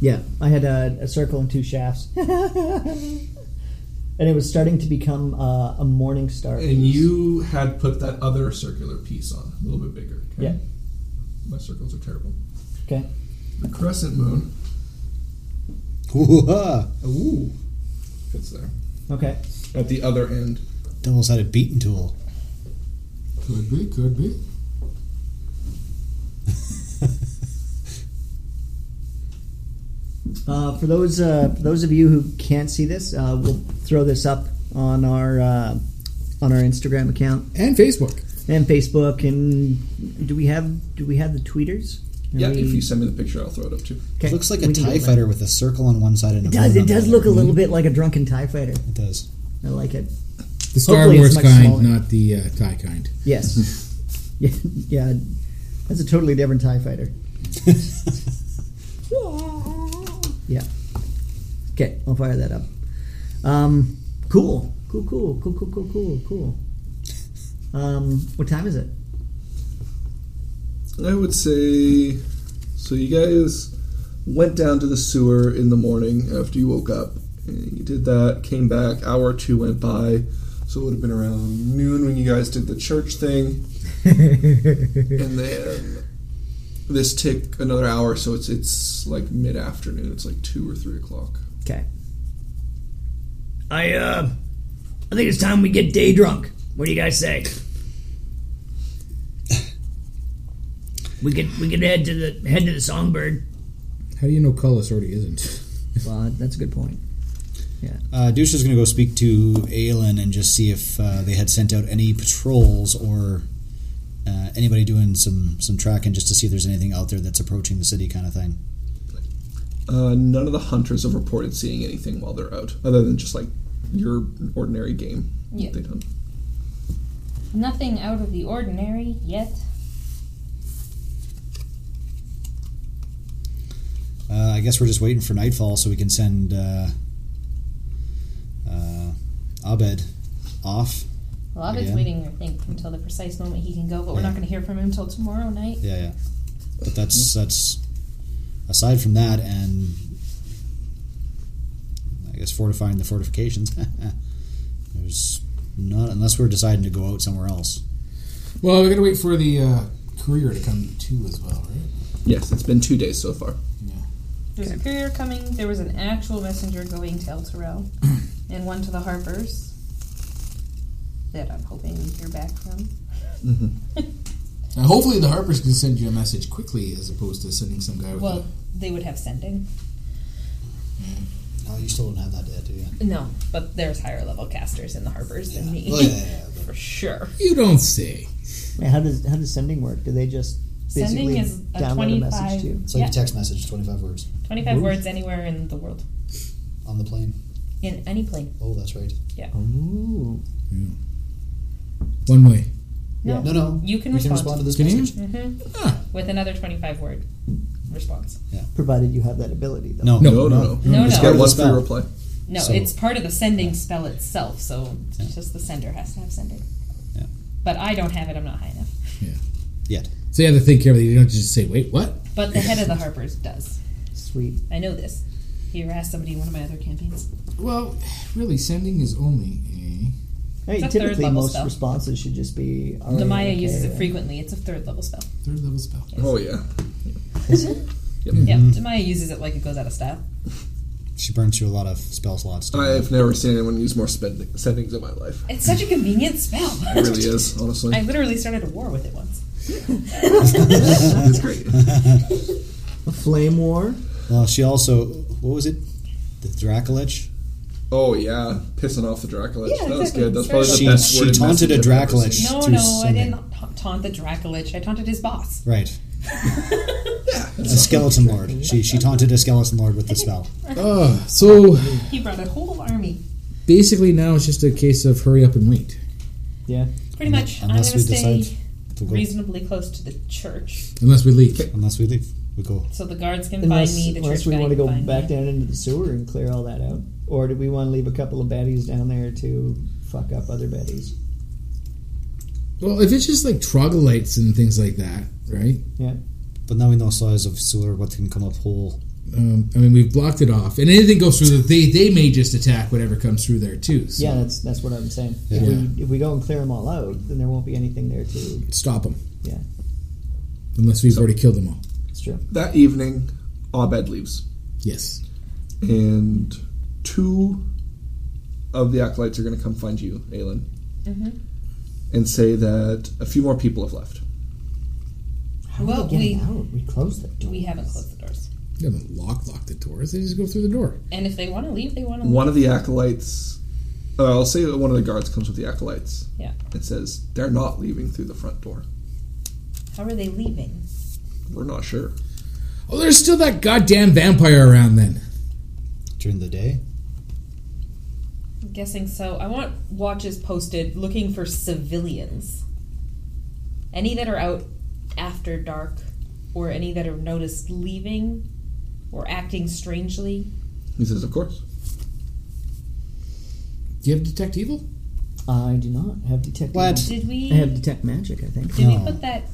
Yeah, I had a, a circle and two shafts, *laughs* and it was starting to become uh, a morning star. and you had put that other circular piece on a little bit bigger. Okay? Yeah. my circles are terrible. Okay. The crescent moon. Hoo-ha! Ooh, fits there Okay. at the other end. Double sided beating tool. Could be, could be. Uh, for those uh, for those of you who can't see this, uh, we'll throw this up on our uh, on our Instagram account And Facebook. and Facebook. And do we have do we have the tweeters? Are yeah, we- if you send me the picture, I'll throw it up too. okay, Looks like we a can do TIE that. fighter with a circle on one side and a It does moon on it the does other. look a little bit like a drunken Tie fighter. It does. I like it. The Star Hopefully it's Wars much kind, smaller. not the uh, Thai kind. *laughs* Yes. yeah, yeah. That's a totally different TIE *laughs* fighter. yeah. Okay, I'll fire that up. Um, cool. Cool, cool, cool, cool, cool, cool, cool. Um, what time is it? I would say so. You guys went down to the sewer in the morning after you woke up. And you did that, came back, hour or two went by. So it would have been around noon when you guys did the church thing. and then this took another hour, so it's it's like mid afternoon. It's like two or three o'clock. Okay. I uh, I think it's time we get day drunk. What do you guys say? we could we could head to the head to the Songbird. How do you know Cullis already isn't? *laughs* Well, that's a good point. Uh, Douche is going to go speak to Aelin and just see if uh, they had sent out any patrols or uh, anybody doing some, some tracking just to see if there's anything out there that's approaching the city kind of thing. Uh, none of the hunters have reported seeing anything while they're out, other than just like your ordinary game. Yeah. They done. Nothing out of the ordinary yet. Uh, I guess we're just waiting for nightfall so we can send uh, uh, Abed off. Well, I've been Yeah. waiting, I think, until the precise moment he can go, but we're not going to hear from him until tomorrow night. Yeah, yeah. But that's that's aside from that, and I guess fortifying the fortifications. *laughs* there's not unless we're deciding to go out somewhere else. Well, we're gonna wait for the uh, courier to come too as well, right? Yes, it's been two days so far. There's a courier coming. There was an actual messenger going to *clears throat* El Terrell, and one to the Harpers that I'm hoping we hear back from. Now, hopefully, the Harpers can send you a message quickly as opposed to sending some guy with. Well, they would have sending. No, you still don't have that yet, do you? No, but there's higher level casters in the Harpers than me. Well, Oh, yeah, yeah, yeah. *laughs* For sure. a- you don't say. Wait, how does how does sending work? Do they just Sending basically is a download a 25 message to you? It's like Yeah. a text message, twenty-five words 25 words anywhere in the world. on the plane. In any plane. Oh, that's right. Ooh. One way. No. No, no. You can we can respond respond. to this Can you? message. hmm Huh. With another 25 word response. Provided you have that ability though. No, No, Oh, No, no, no. No, It's got no. Part of one the free spell. reply. No, So- it's part of the sending spell itself, so it's just the sender has to have sending. Yeah. But I don't have it, I'm not high enough. yet. So you have to think carefully. You don't just say, "Wait, what?" But the head of the Harpers does. Sweet. I know this. He harassed somebody in one of my other campaigns. Well, really, sending is only a I mean, It's a typically, third-level most spell. responses should just be. The Maya "Alright, uses Oh, okay, it frequently. It's a third level spell. Third level spell. Oh yeah. Is it? Yep. Yeah, Mhm. Demaya uses it like it goes out of style. She burns through a lot of spell slots. I have never seen anyone use more spend- settings in my life. It's such a convenient spell. It really is, honestly. *laughs* I literally started a war with it once. *laughs* it's great. *laughs* A flame war. Well, she also what was it? The Dracolich. Oh yeah, pissing off the Dracolich. Yeah, that was exactly. good. That's probably She- the best she worded taunted message a I've ever Dracolich. seen. No, Through no, I something. didn't ta- taunt the Dracolich. I taunted his boss. Right. a skeleton lord. She she taunted a skeleton lord with the spell. *laughs* Ah, so He brought a whole army. basically now it's just a case of hurry up and wait. Yeah. Pretty much. I'm going Unless to we decide stay to go. reasonably close to the church Unless we leak. Unless we leave, we go. so the guards can Unless, find me, the unless church we guy want to can go find back me. down into the sewer and clear all that out, or do we want to leave a couple of baddies down there to fuck up other baddies? Well, if it's just like troglodytes and things like that, right? But now we know size of sewer, what can come up whole. Um, I mean, we've blocked it off, and anything goes through, the, they they may just attack whatever comes through there too. So Yeah, that's that's what I'm saying. Yeah. If, we, if we go and clear them all out, then there won't be anything there to. stop them. Yeah. Unless we've already killed them all. It's true. That evening, Abed leaves, Yes. and two of the acolytes are going to come find you, Aelin, Mm-hmm. and say that a few more people have left. How Well, are we getting we- out? We closed the door. We haven't closed the doors. They haven't lock locked the doors. They just go through the door. And if they want to leave, they want to leave. One of the acolytes, uh, I'll say that one of the guards comes with the acolytes. Yeah. And says they're not leaving through the front door. How are they leaving? We're not sure. Oh, there's still that goddamn vampire around. Then During the day? I'm guessing so. I want watches posted looking for civilians. Any that are out after dark, or any that are noticed leaving or acting strangely. He says, of course. do you have detect evil? I do not have detect. What? magic. Did we I have detect magic. I think. did No. we put that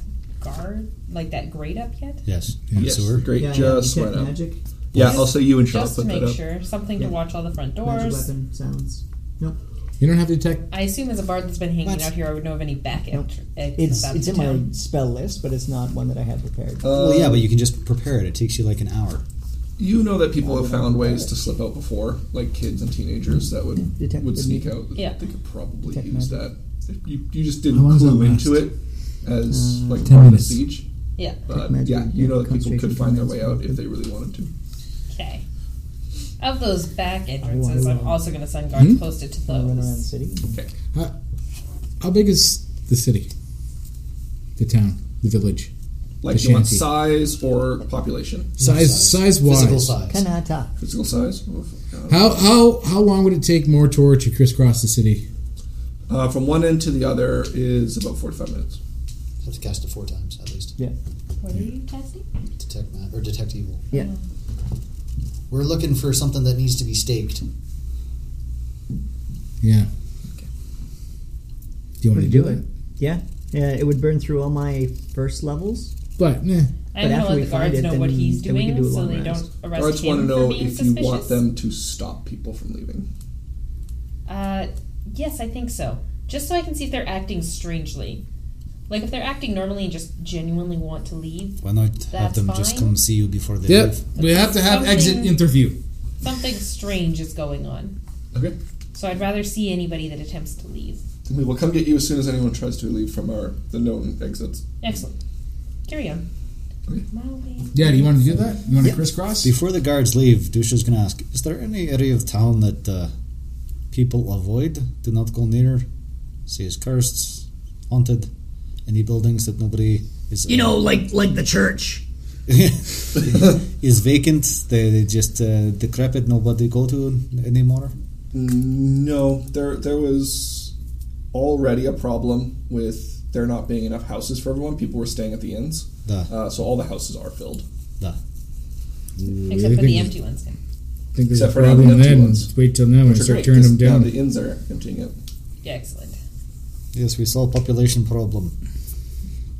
guard like that grate up yet? Yes. In the yes, sewer? great. Yeah, I have just detect went up. magic. Yeah, I'll say you and Sean Just to put that make up. sure, something Yeah. to watch all the front Magic doors. weapon sounds. Nope. You don't have to detect. I assume as a bard that's been hanging What? out here, I would know of any back eh, Nope. entr- exits It's out it's of in my town. spell list, but it's not one that I have prepared. Uh, Well, yeah, but you can just prepare it. It takes you like an hour. You know that people have found ways to slip out before, like kids and teenagers that would Detect- would sneak out. Yeah. They could probably Detect use that. You, you just didn't How long does clue that last? into it as Uh, like 10 part of the minutes. siege. Yeah. But magic, yeah, you know yeah, that people concentration could find their commands, way out if but- they really wanted to. Okay. Of those back want entrances, to I'm run. also going to send guards Hmm? posted to Wanna run around the those. city. How, how big is the city? The town, the village, Like you want shanty. size or population, size, size, wise. Physical size. Kanata. physical size. Oh, God. How how how long would it take Mortor to crisscross the city? Uh, from one end to the other is about forty-five minutes. Have to cast it four times at least. What are you testing? Detect ma- or detect evil. Yeah. We're looking for something that needs to be staked. Yeah. Do you want to Would do, do it? Yeah. Yeah. It would burn through all my first levels. But nah. I'm going after to let we the find guards it, know then- what he's then we can doing do a so long they rest. don't arrest Guards him want to know for if being you suspicious. want them to stop people from leaving. Uh, yes, I think so. Just so I can see if they're acting strangely. Like if they're acting normally and just genuinely want to leave, Why not have That's them just fine. come see you before they Yep. leave? We have to have exit Something- interview. something strange is going on. Okay. So I'd rather see anybody that attempts to leave. We will come get you as soon as anyone tries to leave from our the known exits. Excellent. Carry on. My way. Yeah, do you want to do that? You want to crisscross? Before the guards leave, Dusha's gonna ask, is there any area of town that uh, people avoid? Do not go near? See is cursed, haunted, any buildings that nobody is You know, like like the church. uh, *laughs* is vacant, they, they just uh, decrepit, nobody go to anymore? No, there there was already a problem with there not being enough houses for everyone. People were staying at the inns, Duh. uh, so all the houses are filled. Except for think- the empty ones. think there's Except a for now the problem empty then. ones. Wait till now and Which are start great, turning 'cause them down. Now the inns are emptying out. Yeah, excellent. Yes, we solve population problem.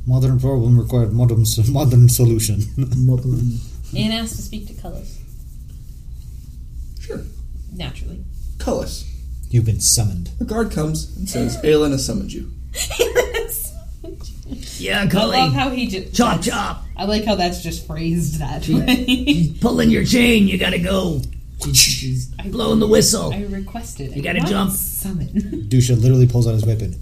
Modern problem required modern s- *laughs* modern solution. Modern. And asked to speak to Cullis, Sure, naturally. Cullis. *laughs* You've been summoned. The guard comes and says, Aelin has summoned you. *laughs* Yeah, Cully. I love how he just Chop, chop. I like how that's just phrased that way. Pulling your chain, you gotta go. He's blowing the *laughs* whistle. I requested it. You gotta Not jump. Summon. *laughs* Dusha literally pulls out his weapon.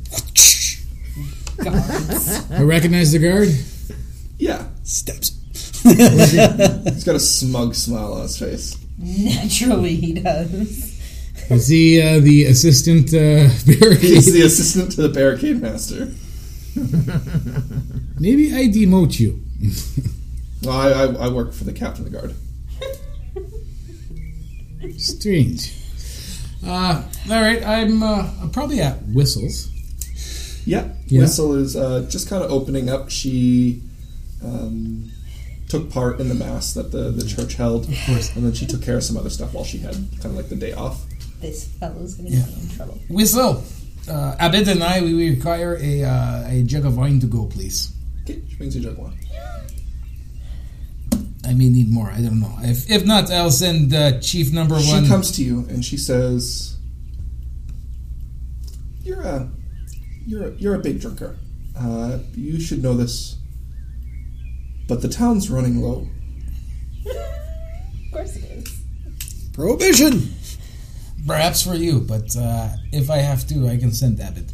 Guards. I recognize the guard. Yeah. *laughs* Steps. He's got a smug smile on his *laughs* face. Naturally, he does. Is he uh, the assistant uh, He's *laughs* barricade? the assistant to the barricade master. Maybe I demote you. Well, I, I, I work for the captain of the guard. Strange. Uh, all right, I'm, uh, I'm probably at whistles. Yeah. Yeah. Whistle is uh, just kind of opening up. She um, took part in the mass that the, the church held, of course, and then she took care of some other stuff while she had kind of like the day off. This fellow's gonna get in trouble. Whistle. Uh, Abed and I, we require a, uh, a jug of wine to go, please. Okay, she brings you a jug of wine. I may need more. I don't know. If, if not, I'll send uh, Chief Number she One. comes to you and she says, "You're a, you're a, you're a big drinker. Uh, you should know this. But the town's running low. Of course it is. Prohibition. Perhaps for you, but uh, if I have to, I can send Abbott.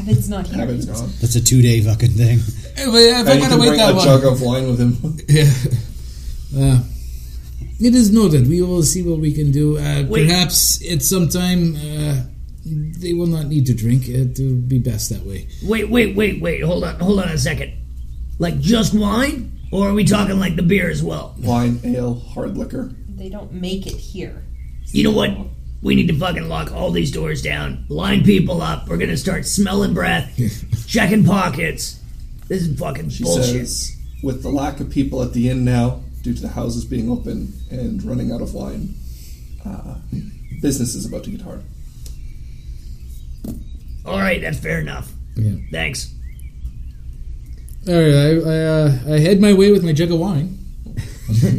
Abed's not here. Cabin's gone. That's a two day fucking thing. Hey, but if And I'm Uh, you gonna can wait bring that a long, jug of wine with him. *laughs* *laughs* Yeah. Uh, it is noted. We will see what we can do. Uh, Wait. perhaps at some time uh, they will not need to drink. It would be best that way. Wait, wait, wait, wait. Hold on, hold on a second. Like just wine, or are we talking like the beer as well? wine, ale, hard liquor. They don't make it here. You know what? We need to fucking lock all these doors down, line people up. We're gonna start smelling breath, checking pockets. This is fucking She bullshit. says, with the lack of people at the inn now, due to the houses being open and running out of wine, uh, business is about to get hard. all right, that's fair enough. Yeah. Thanks. All right. I, I, uh, I head my way with my jug of wine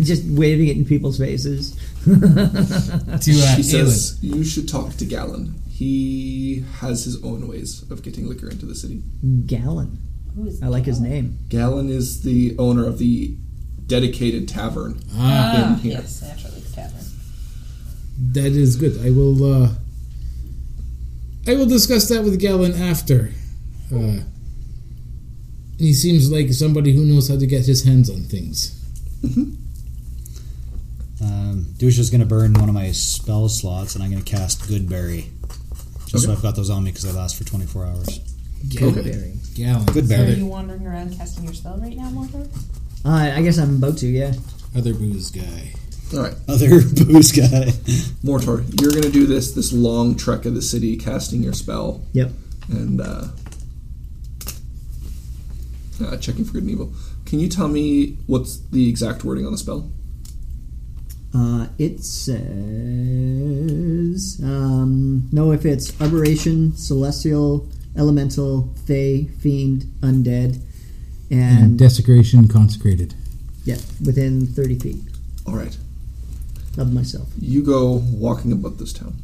just waving it in people's faces. to uh, She Aelin. says, you should talk to Gallon. He has his own ways of getting liquor into the city. Gallon. Who is I like his name. Gallon is the owner of the dedicated tavern. Ah, in here. yes, naturally, the tavern. That is good. I will. Uh, I will discuss that with Galen after. Uh, he seems like somebody who knows how to get his hands on things. Um, Dusha's gonna burn one of my spell slots, and I'm gonna cast Goodberry. Just so I've got those on me because they last for 24 hours. *laughs* Galen. Galen. Are Goodberry. you wandering around casting your spell right now, Mordor? Uh, I guess I'm about to, yeah. Other booze guy. All right, Other booze guy. *laughs* Mortor, you're going to do this this long trek of the city, casting your spell Yep. and uh, uh, checking for good and evil. Can you tell me what's the exact wording on the spell? Uh, it says. Um, no, if it's aberration, celestial, elemental, fey, fiend, undead, and. desecration consecrated. yeah, within 30 feet All right, of myself. you go walking about this town.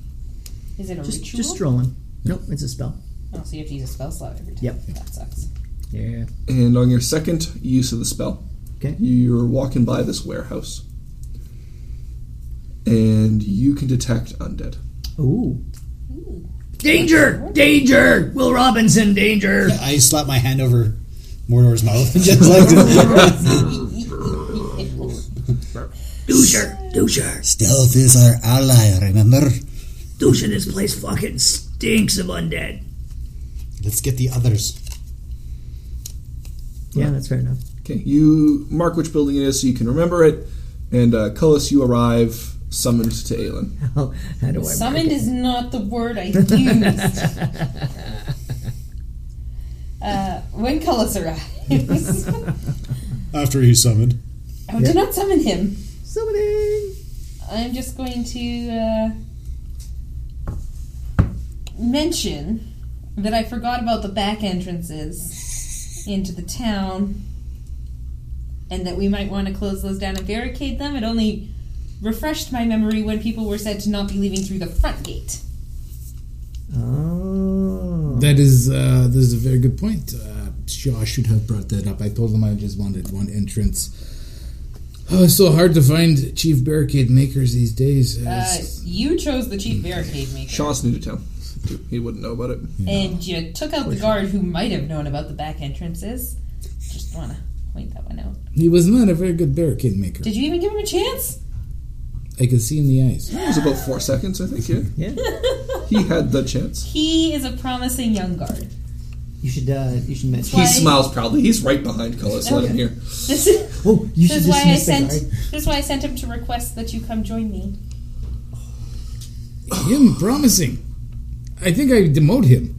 Is it a Just, ritual? just strolling. Nope, it's a spell. Oh, so you have to use a spell slot every time. Yep. That sucks. Yeah. And on your second use of the spell, Okay. you're walking by this warehouse, and you can detect undead. Ooh. Danger! Danger! Will Robinson, danger! I slap my hand over Mordor's mouth and just like *laughs* Doucher! Doucher! Stealth is our ally, remember? Doucher, this place fucking stinks of undead. Let's get the others. Yeah, that's fair enough. *laughs* Okay, you mark which building it is so you can remember it. And uh, Cullis, you arrive summoned to Aelin. How, how do I. Summoned is not the *laughs* word I used. uh, when Cullis *laughs* arrives, After he's summoned. *laughs* oh, do not summon him. Summoning! I'm just going to uh, mention that I forgot about the back entrances into the town, and that we might want to close those down and barricade them. It only refreshed my memory when people were said to not be leaving through the front gate. Oh. That is uh, this is a very good point. Uh, Shaw should have brought that up. I told him I just wanted one entrance. Oh, it's so hard to find chief barricade makers these days. Uh, you chose the chief barricade maker, Shaw's new to town. He wouldn't know about it. and you took out the guard who might have known about the back entrances. Just wanna point that one out. He was not a very good barricade maker. Did you even give him a chance? I could see in the eyes. *gasps* It was about four seconds, I think. Yeah, he had the chance. He is a promising young guard. You should uh, you should mention. He smiles proudly. He's right behind Cullis. Let him hear. This is, Oh, you this should is why I dismiss the sent. guard. This is why I sent him to request that you come join me. Him promising. I think I demote him.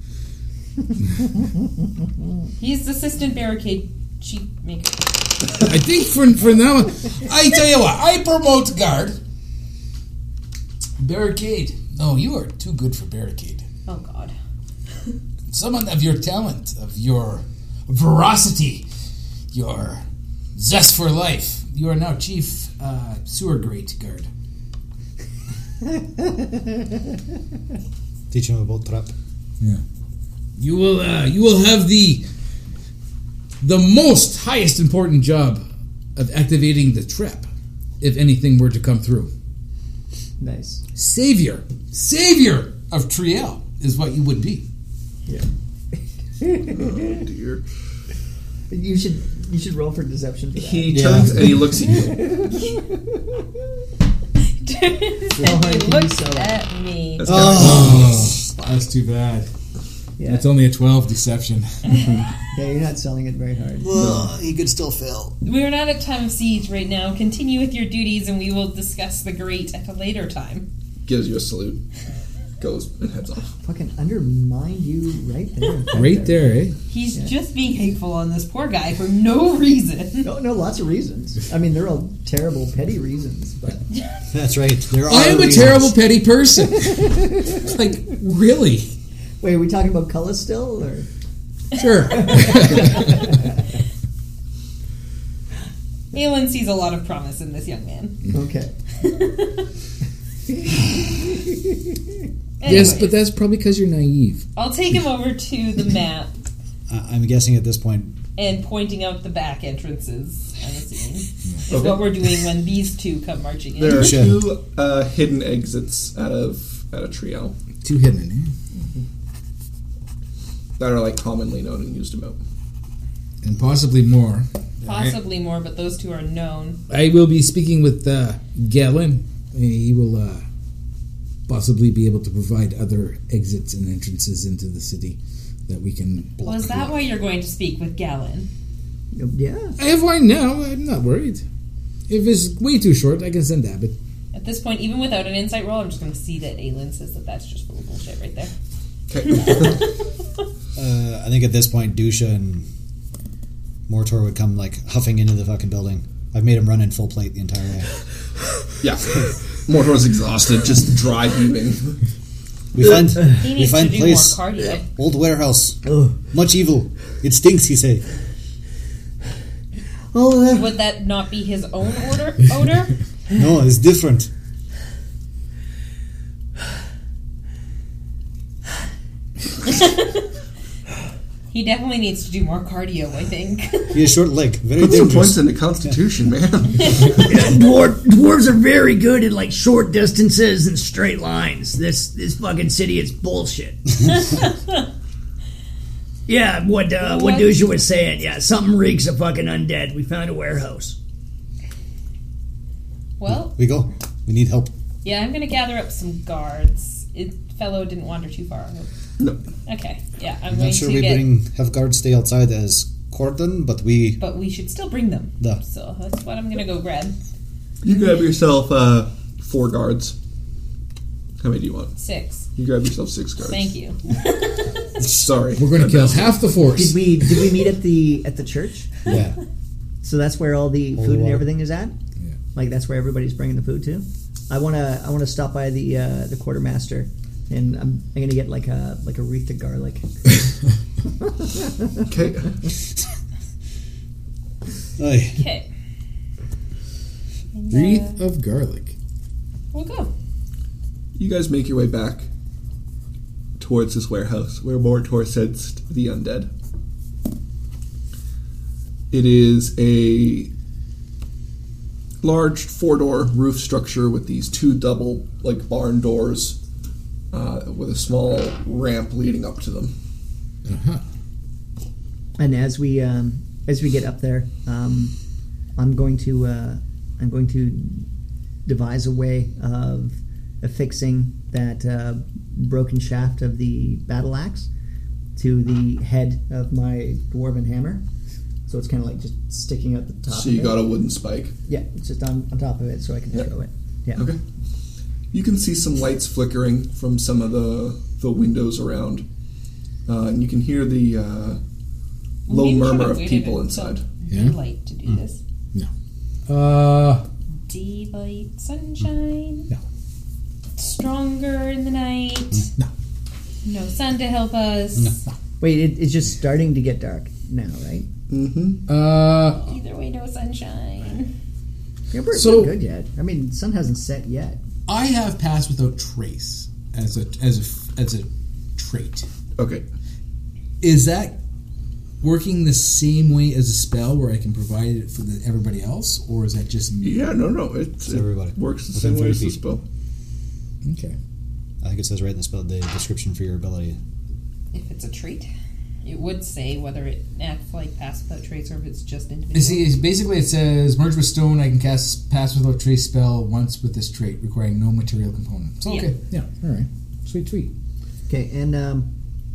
He's assistant barricade chief maker. I think for for now, I tell you what, I promote guard. Barricade. No, you are too good for barricade. Oh God. Someone of your talent, of your veracity, your zest for life. You are now chief uh, sewer grate guard. Teach him about trap. Yeah. You will uh, you will have the the most highest important job of activating the trap if anything were to come through. Nice. Savior, savior of Triel is what you would be. dear. You should you should roll for deception for that. He turns and he looks at you. *laughs* and he looks at me. That's Oh, that's too bad. Yeah. That's only a twelve deception. yeah, you're not selling it very hard. Well, he could still fail. We're not at time of siege right now. Continue with your duties, and we will discuss the great at a later time. gives you a salute, goes and heads off. Fucking undermined you right there. *laughs* Right there, eh? He's just being hateful on this poor guy for no reason. *laughs* No, no, lots of reasons. I mean, they're all terrible, petty reasons, but That's right. There are I am a reasons. terrible petty person. *laughs* like really? wait, are we talking about Cullis still, *laughs* or *laughs* Sure. Aelin sees a lot of promise in this young man. okay? Anyways, that's probably because you're naive. I'll take him over to the map I- I'm guessing at this point. and pointing out the back entrances. I'm assuming is what we're doing when these two come marching in. There are Sure. two uh, hidden exits out of out of Trio Too hidden. Eh? that are like commonly known and used about. and possibly more. Possibly more, but those two are known. I will be speaking with uh, Galen, and he will uh, possibly be able to provide other exits and entrances into the city that we can block. Well, is that why you're going to speak with Galen? Yeah, I have one now. I'm not worried. If it's way too short, I can send Abbott. At this point, even without an insight roll, I'm just going to see that Aelin says that that's just full of bullshit right there. Uh, I think at this point, Dusha and Mortor would come like huffing into the fucking building. I've made him run in full plate the entire way. Yeah, Mortor's exhausted, just dry heaving. We find He we needs find to do place more cardio. old warehouse. Ugh. Much evil. It stinks. He say. all of that. *laughs* Would that not be his own *laughs* order? Odor? No, it's different. He definitely needs to do more cardio, I think. *laughs* He has short leg. Very Put some dangerous. points in the Constitution, man. Dwar- dwarves are very good at like short distances and straight lines. This this fucking city is bullshit. yeah, what uh, What? what Dusha was saying. Yeah, something reeks of fucking undead. We found a warehouse. Well, We go. We need help. yeah, I'm going to gather up some guards. It, fellow didn't wander too far. No. Okay, yeah, I'm, I'm going not sure to we get. bring have guards stay outside as cordon, but we But we should still bring them. No. So that's what I'm going to go grab. You grab yourself uh, four guards. How many do you want? Six. You grab yourself six guards. Thank you. Sorry. We're going to kill half the Did force. we did we meet at the at the church? yeah. So that's where all the All food the and water. everything is at. Yeah. Like that's where everybody's bringing the food to. I wanna I wanna stop by the uh, the quartermaster, and I'm, I'm gonna get like a like a wreath of garlic. Okay. Aye. Okay. Wreath of garlic. We'll go. You guys make your way back towards this warehouse where Moritor sensed the undead. It is a large four door roof structure with these two double, like, barn doors uh, with a small ramp leading up to them. And as we um, as we get up there, um, I'm going to uh, I'm going to devise a way of affixing that uh, broken shaft of the battle axe to the head of my dwarven hammer. So it's kind of like just sticking out the top. So of you it. got a wooden spike. yeah, it's just on, on top of it, so I can throw it. Yeah. Okay. You can see some lights flickering from some of the, the windows around, uh, and you can hear the uh, low Maybe we murmur should've of waited people until inside. Daylight to do this. Uh, Daylight, sunshine. No. Stronger in the night. No. No sun to help us. Wait, it, it's just starting to get dark now, right? Mm-hmm. Uh, Either way, no sunshine. Yeah, we're So- not good yet. I mean, sun hasn't set yet. I have passed without trace as a as a as a trait. Okay. Is that working the same way as a spell where I can provide it for the, everybody else, or is that just me? Yeah, no, no, it's, it works the Within same way 30 as the feet. spell. Okay. I think it says right in the spell the description for your ability. If it's a trait, it would say whether it acts like pass without trace or if it's just individual. You see, it's basically it says merge with stone. I can cast pass without trace spell once with this trait, requiring no material component. So okay, yeah, all right, sweet, sweet. Okay, and um,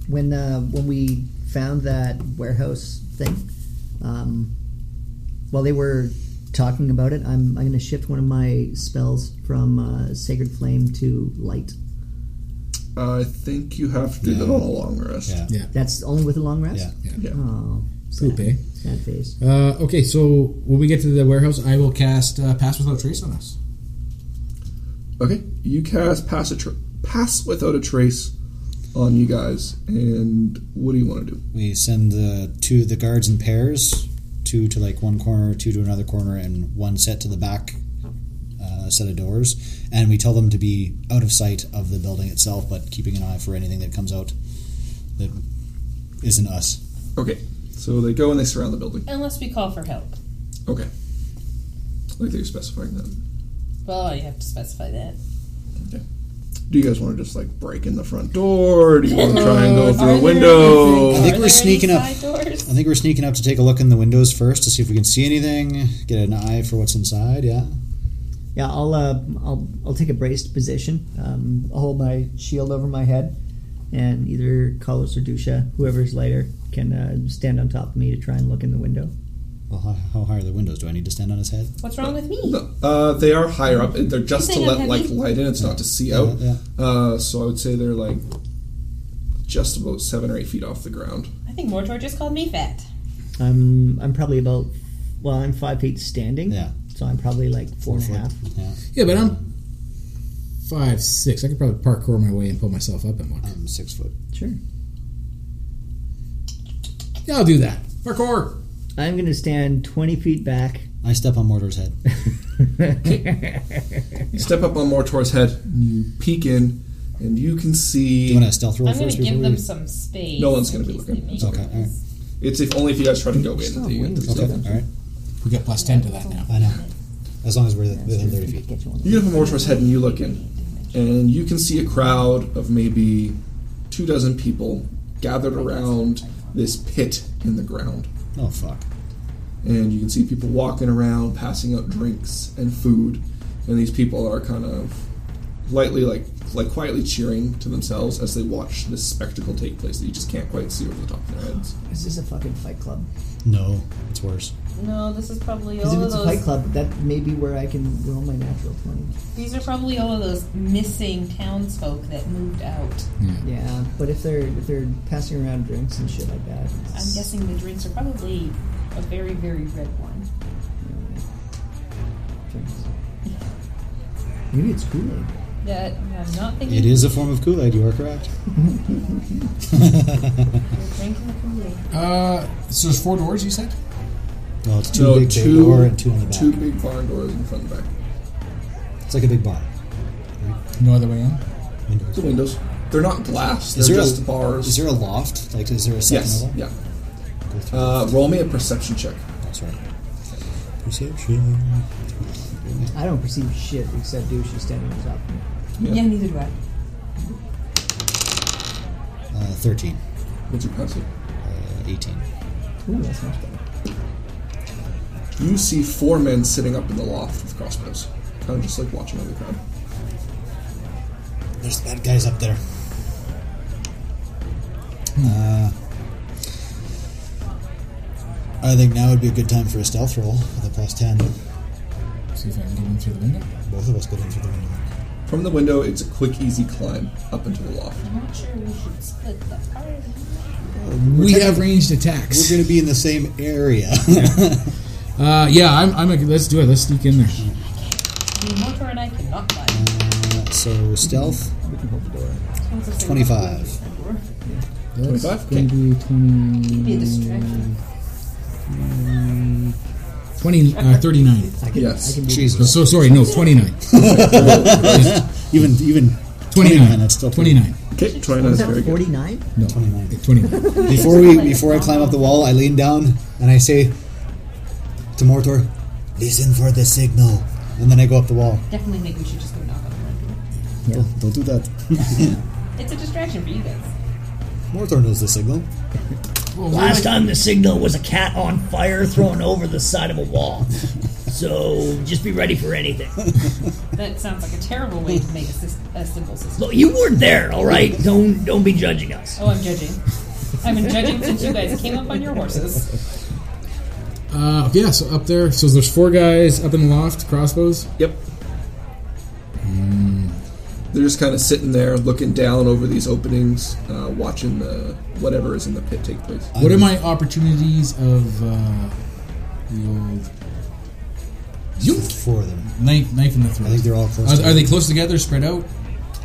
when uh, when we found that warehouse thing, um, while they were talking about it, I'm I'm going to shift one of my spells from uh, sacred flame to light. I think you have to do that on a long rest. Yeah. That's only with a long rest. Yeah. Yeah. Oh, Poop, eh? sad face. Uh, okay, so when we get to the warehouse, I will cast uh, pass without trace on us. Okay, you cast pass a tra- pass without a trace on you guys, and what do you want to do? We send the two of the guards in pairs, two to like one corner, two to another corner, and one set to the back uh, set of doors. And we tell them to be out of sight of the building itself, but keeping an eye for anything that comes out that isn't us. Okay, so they go and they surround the building. Unless we call for help. Okay, like they're specifying that. Well, you have to specify that. Do you guys want to just like break in the front door? Do you want to try and Uh, go are through a there window? I think Are we're there sneaking any up. side doors? I think we're sneaking up to take a look in the windows first to see if we can see anything, get an eye for what's inside. Yeah. Yeah, I'll uh, I'll I'll take a braced position. Um, I'll hold my shield over my head, and either Carlos or Dusha, whoever's later, can uh, stand on top of me to try and look in the window. Well, how, how high are the windows? Do I need to stand on his head? What's wrong with me? No, uh, they are higher up. They're just to Anything let heavy? like light in. It's not to see out. Uh, so I would say they're like just about seven or eight feet off the ground. I think Mortor just called me fat. I'm I'm probably about well, I'm five feet standing. Yeah. So I'm probably like four and a half. Yeah. Yeah, but I'm five six. I could probably parkour my way and pull myself up in one. I'm six foot. Sure. Yeah, I'll do that. Parkour. I'm gonna stand twenty feet back. I step on Mortar's head. You step up on Mortor's head. You peek in, and you can see. Mm. Do you want a stealth roll I'm going first? to give before them we- some space. No one's in going to be case looking. they It's make okay. Okay. All right. It's if only if you guys try to go in. that you get to Okay. stealth. All right. We got plus ten to that now. I know. As long as we're within 30 feet. Get you on the- You get up on Mortor's head and you look in, and you can see a crowd of maybe two dozen people gathered around this pit in the ground. Oh, fuck. and you can see people walking around passing out drinks and food and these people are kind of lightly like like quietly cheering to themselves as they watch this spectacle take place that you just can't quite see over the top of their heads Is this a fucking fight club? No, it's worse. No, this is probably Because all if of it's a fight those. club, that may be where I can roll my natural twenty. These are probably all of those missing townsfolk that moved out. Yeah, Uh, but if they're if they're passing around drinks and shit like that, I'm guessing the drinks are probably a very, very red one. drinks. Maybe it's Kool Aid. That I'm not thinking. It is a form of Kool Aid, you are correct. Drinking the Kool-Aid. Uh, so there's four doors. You said. Well, it's two No, big bay door and two on the back. two big barn doors in front and back It's like a big bar. No other way in. Windows. The windows. They're not glass. They're just a, bars. Is there a loft? Like, is there a second yes. level? Yeah. Uh, roll me a perception check. That's right. Perception. I don't perceive shit except Douche standing on top of me. Yeah, neither do I. Uh, 13. What's your passive? Uh, 18. Ooh, that's much better. You see four men sitting up in the loft with crossbows, kind of just like watching over the crowd. There's bad guys up there. Uh, I think now would be a good time for a stealth roll with a plus 10. See if I can get in through the window. Both of us get in through the window. From the window, it's a quick, easy climb up into the loft. I'm not sure we should split the party. We have ranged attacks. We're going to be in the same area. Uh, yeah, I'm. I'm. A, let's do it. Let's sneak in there. The Mortar and I cannot buy. *laughs* so, stealth, 25. That's 25? Going to be 20, Be a distraction. 20 uh, 39. I can, Yes. I can be So, Jesus. so sorry, no, 29. even, even 29. that's still 29. Okay, try What not was to that, very good. 49? 29. *laughs* 29. Before we before I climb up the wall, I lean down and I say to Mortor, "Listen for the signal." And then I go up the wall. Definitely think we should just go knock on the front Don't, don't do that. door. It's a distraction for you guys. Mortor knows the signal. Last time the signal was a cat on fire thrown over the side of a wall. So just be ready for anything. That sounds like a terrible way to make a, sys- a simple system. Look, you weren't there, all right? Don't don't be judging us. Oh, I'm judging. I've been judging since you guys came up on your horses. Uh, yeah, so up there. So there's four guys up in the loft, crossbows. Yep. Hmm. They're just kind of sitting there, looking down over these openings, uh, watching the whatever is in the pit take place. What Um, are my opportunities of uh, the old You four of them. knife, knife in the I think throat? they're all close. Are, are they close together, spread out?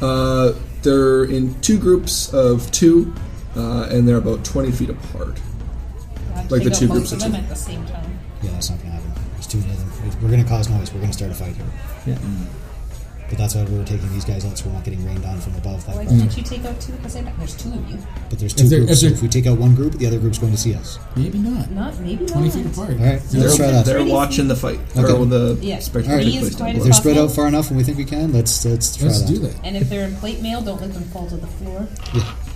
Uh, they're in two groups of two, uh, and they're about 20 feet apart. I'll have to Like the take out two both groups of of them two. at the same time. Yeah, that's not gonna happen. There's two of them. We're gonna cause noise. We're gonna start a fight here. Yeah. But that's why we were taking these guys out, so we're not getting rained on from above. Like, Why that. didn't you take out two at the same time? There's two of you. but there's two If they're- groups. if so they're- if we take out one group, the other group's going to see us. Maybe not. Not maybe not. Twenty feet apart. All right, They're, let's try that. they're Pretty watching the fight. They're Okay. all the Yeah. spectator Alright. take Please place down fight If below. they're spread out far enough, and we think we can, let's let's try Let's that. do that. And if they're in plate mail, don't let them fall to the floor.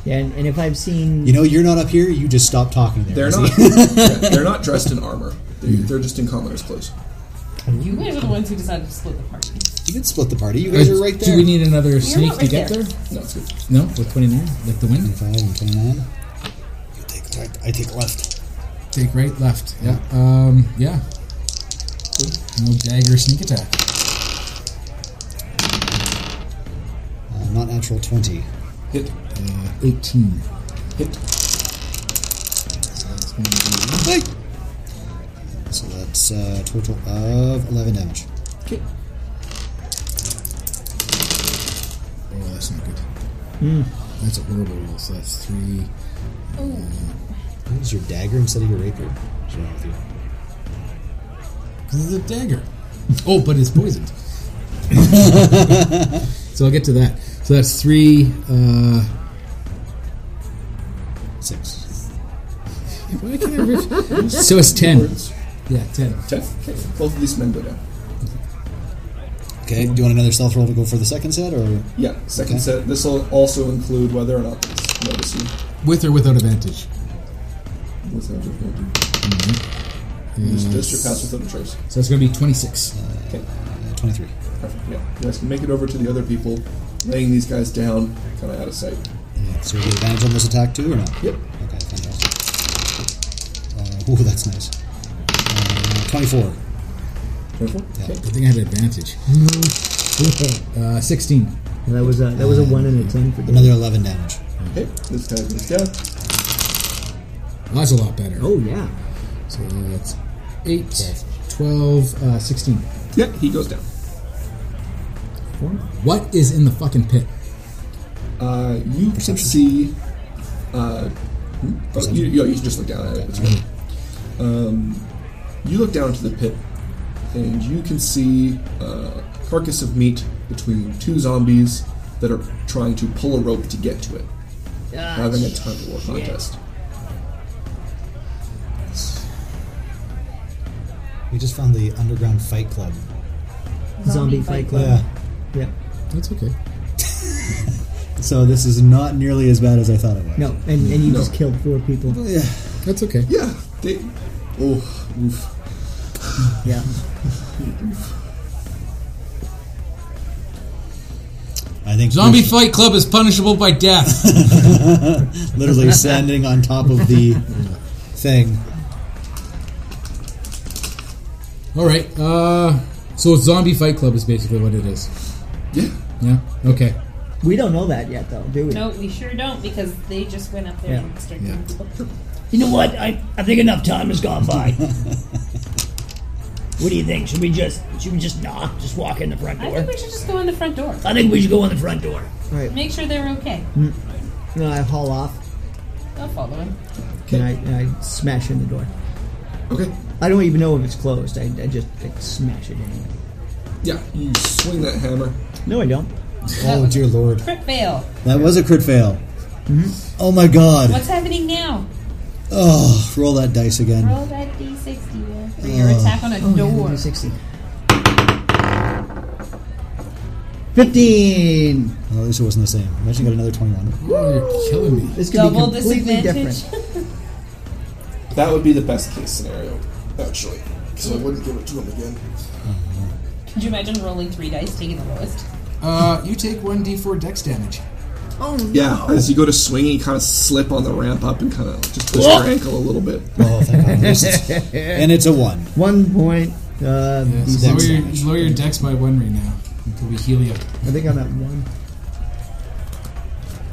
Yeah, and, and if I've seen. You know, you're not up here. You just stop talking *laughs* there. They're Izzy. not. *laughs* yeah, they're not dressed in armor. They're, they're just in commoner's clothes. You guys are the ones who decided to split the party. You can split the party. You guys are right there. Do we need another sneak not to right get there. there? No, it's good. No, with 29, like the wind. 25 and 29. You take right, I take left. Take right, left. Yeah. Um, yeah. No dagger sneak attack. Uh, not natural 20. Hit, Uh, 18. hit. So that's going to be Hey! So that's uh, total of 11 damage. Okay. Oh, that's not good. That's a horrible roll. So that's three. What is your dagger instead of your rapier? What's wrong with you? Because it's a dagger. oh, but it's poisoned. *laughs* so I'll get to that. So that's three. Uh, Six. why can't I *laughs* ref- so it's ten. Yeah, ten. Ten. Okay. Both of these men go down. Okay, do you want another stealth roll to go for the second set, or Yeah. Second Okay. set. This will also include whether or not they notice you. With or without advantage. What's that? Just, just your pass without a trace. So that's going to be twenty-six. Okay. uh, 23? Perfect. Yeah. You guys can make it over to the other people, laying these guys down, kind of out of sight. Yeah, so we get advantage on this attack too, or not? Yep. Okay, fantastic. Uh, ooh, that's nice. Uh, 24. Twenty-four. Okay. I think I had advantage. Uh, Sixteen. That was a, that was a 1 and a 10 for Another 11 damage. Okay. This guy goes down. Well, that's a lot better. Oh, yeah. So that's eight, twelve, uh, sixteen. Yeah. He goes down. What is in the fucking pit? Uh, you can see. Uh, oh, you, you, you can just look down at it. It's fine. Um, you look down into the pit, and you can see uh, carcass of meat between two zombies that are trying to pull a rope to get to it, Ah, having a tug of war contest. We just found the underground fight club. Zombie Fight Club. Yeah. Yep. That's okay. So this is not nearly as bad as I thought it was. No, and, and you No. just killed four people. Yeah, That's okay. Yeah, they. Oh, oof. Yeah. I think Zombie Fight Club is punishable by death. literally standing on top of the thing. *laughs* All right. Uh, so Zombie Fight Club is basically what it is. Yeah. Yeah. Okay. We don't know that yet, though, do we? No, we sure don't because they just went up there Yeah. and started killing people. You know what? I, I think enough time has gone by. what do you think? Should we just should we just knock? Just walk in the front I door? think we should just go in the front door. I think we should go in the front door. All right. Make sure they're okay. No, I haul off. I'll follow him. Can I, and I smash in the door? Okay. I don't even know if it's closed. I, I just I smash it in. Yeah, you swing that hammer. No, I don't. Oh dear lord, Crit fail. that was a crit fail. Oh my god. What's happening now? Oh, roll that dice again. Roll that d60 roll for your attack on a Oh, door. 60. 15! Well, at least it wasn't the same. Imagine you got another twenty-one. Oh, you're killing me. This could Double be completely disadvantage. different. That would be the best case scenario, actually. Because I wouldn't give it to him again. Could you imagine rolling three dice, taking the lowest? Uh, you take one d4 dex damage. Yeah, as you go to swing, you kind of slip on the ramp up and kind of just twist your ankle a little bit. Oh, thank god. and it's a one. One point. Uh, so lower, Dex your, damage. lower your dex by one right now until we heal you. I think I'm at one.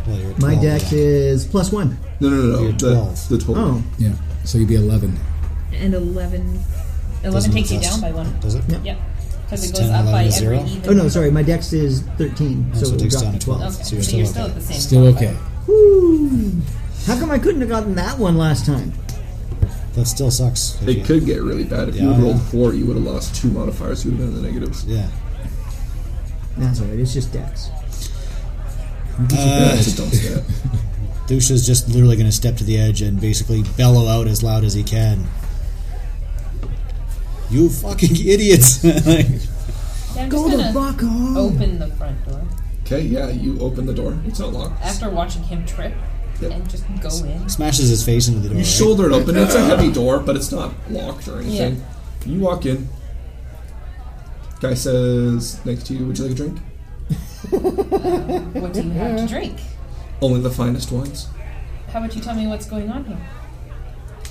Well, you're at My 12 dex now. is plus one. No, no, no, no. You're The, 12. the total. Oh, Yeah. So you'd be eleven. And 11. 11 Doesn't takes you adjust. down by one. Does it? Yeah. Yep. Because it It's goes 10, up by 11 is every zero? even. oh no, sorry. My dex is 13, so so it it takes dropped down to to 12. Okay, so So you're, you're still, still okay. at the same Still spot. okay. Woo! How come I couldn't have gotten that one last time? That still sucks. Oh. If you- It could get really bad. If you Yeah. had rolled four, you would have lost two modifiers. You would have been in the negatives. Yeah. That's alright, it's just dex. Uh, *laughs* Just don't say that. Dusha's just literally going to step to the edge and basically bellow out as loud as he can. You fucking *laughs* idiots! Like, Yeah, I'm Go just to gonna rock on! open the front door Okay, yeah, you open the door. It's not locked. after watching him trip Yep. and just go in. smashes his face into the door. You right? shoulder it open. *laughs* It's a heavy door, but it's not locked or anything. Yeah. You walk in. Guy says next to you, "Would you like a drink? What do you have to drink? Only the finest wines." How about you tell me what's going on here?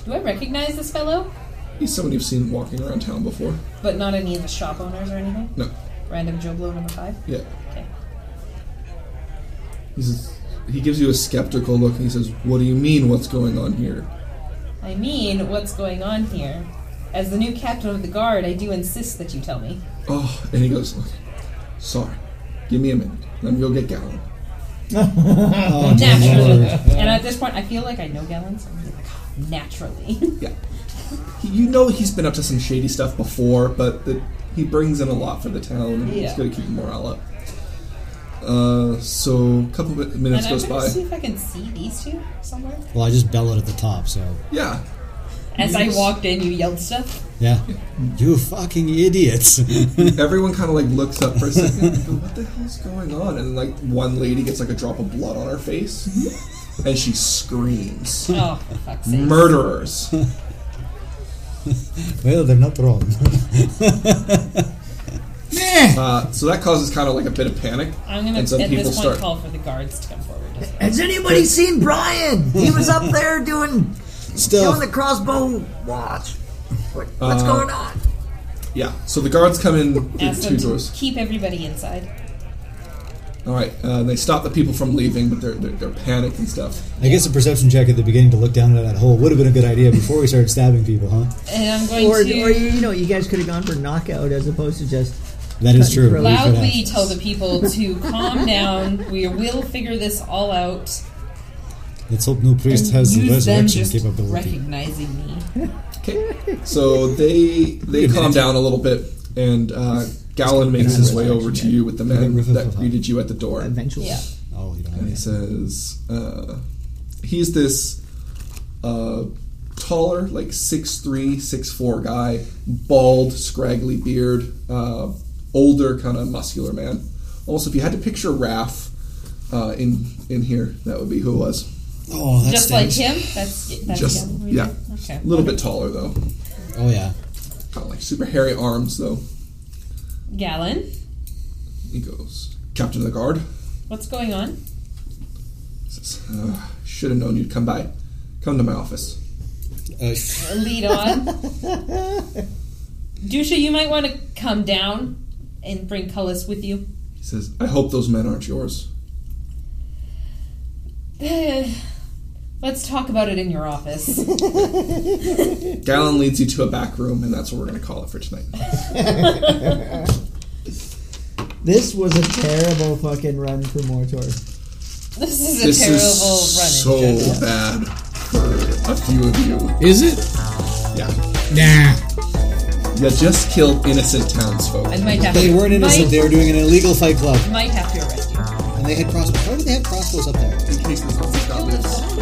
Do I recognize this fellow? He's someone you've seen walking around town before. But not any of the shop owners or anything? No, Random Joe Blow number five? yeah. Okay. He says he gives you a skeptical look. and He says, "What do you mean? What's going on here?" I mean, what's going on here? As the new captain of the guard, I do insist that you tell me. Oh, and he goes, "Look, sorry. Give me a minute. Let me go get Gallon." naturally. and at this point, I feel like I know Galen, so I'm just like, "Oh, naturally. Yeah. You know he's been up to some shady stuff before, but the, he brings in a lot for the town, and he's Yeah. going to keep morale up. Uh, so a couple mi- minutes and I'm goes gonna by. see if I can see these two somewhere. Well, I just bellowed at the top, so. Yeah. As Yes. I walked in, you yelled stuff. Yeah. You fucking idiots! *laughs* Everyone kind of like looks up for a second. and go, what the hell's going on? And like one lady gets like a drop of blood on her face, Mm-hmm. and she screams, Oh, for fuck's sake. "Murderers!" well, they're not wrong. Uh, so that causes kind of like a bit of panic, I'm gonna and some at people this point start. call for the guards to come forward. as well. Has anybody seen Brian? He was up there *laughs* doing *laughs* Still. doing the crossbow watch. What, what's going on? Yeah. So the guards come in through Ask them two to doors. keep everybody inside. All right, uh, they stop the people from leaving, but they're, they're, they're panicked and stuff. I guess a perception check at the beginning to look down at that hole would have been a good idea before we started stabbing people, huh? And I'm going Or, or to you know, you guys could have gone for knockout as opposed to just That is true. We could loudly have. tell the people to calm down. We will figure this all out. Let's hope no priest And has the use them resurrection just capability. recognizing me. Okay, so they they calm down a little bit, and uh, Gallon makes his way over to you with the man Okay. that greeted you at the door. Eventually. Yeah. Oh, you don't And he says, uh, he's this uh, taller, like 6'3, 6'4 guy, bald, scraggly beard, uh, older, kind of muscular man. Also, if you had to picture Raph uh, in in here, that would be who it was. Oh, Just like him? That's, that's Just, him. yeah. Okay. A little bit taller, though. Oh, yeah. Kind of like super hairy arms, though. Gallon, He goes, Captain of the Guard. what's going on? Says, uh, should have known you'd come by. Come to my office. Uh, Lead on. Dusha, you might want to come down and bring Cullis with you. *sighs* He says, I hope those men aren't yours. Let's talk about it in your office. *laughs* Gallon leads you to a back room, and that's what we're going to call it for tonight. This was a terrible fucking run for Mortor. This is a this terrible is run in so general. bad for a few of you. Is it? Yeah. Nah. You just killed innocent townsfolk. I might have They to, weren't innocent. They Might, were doing an illegal fight club. might have to arrest you. And they had crossbows. Why do they have crossbows up there? In case this one's got this.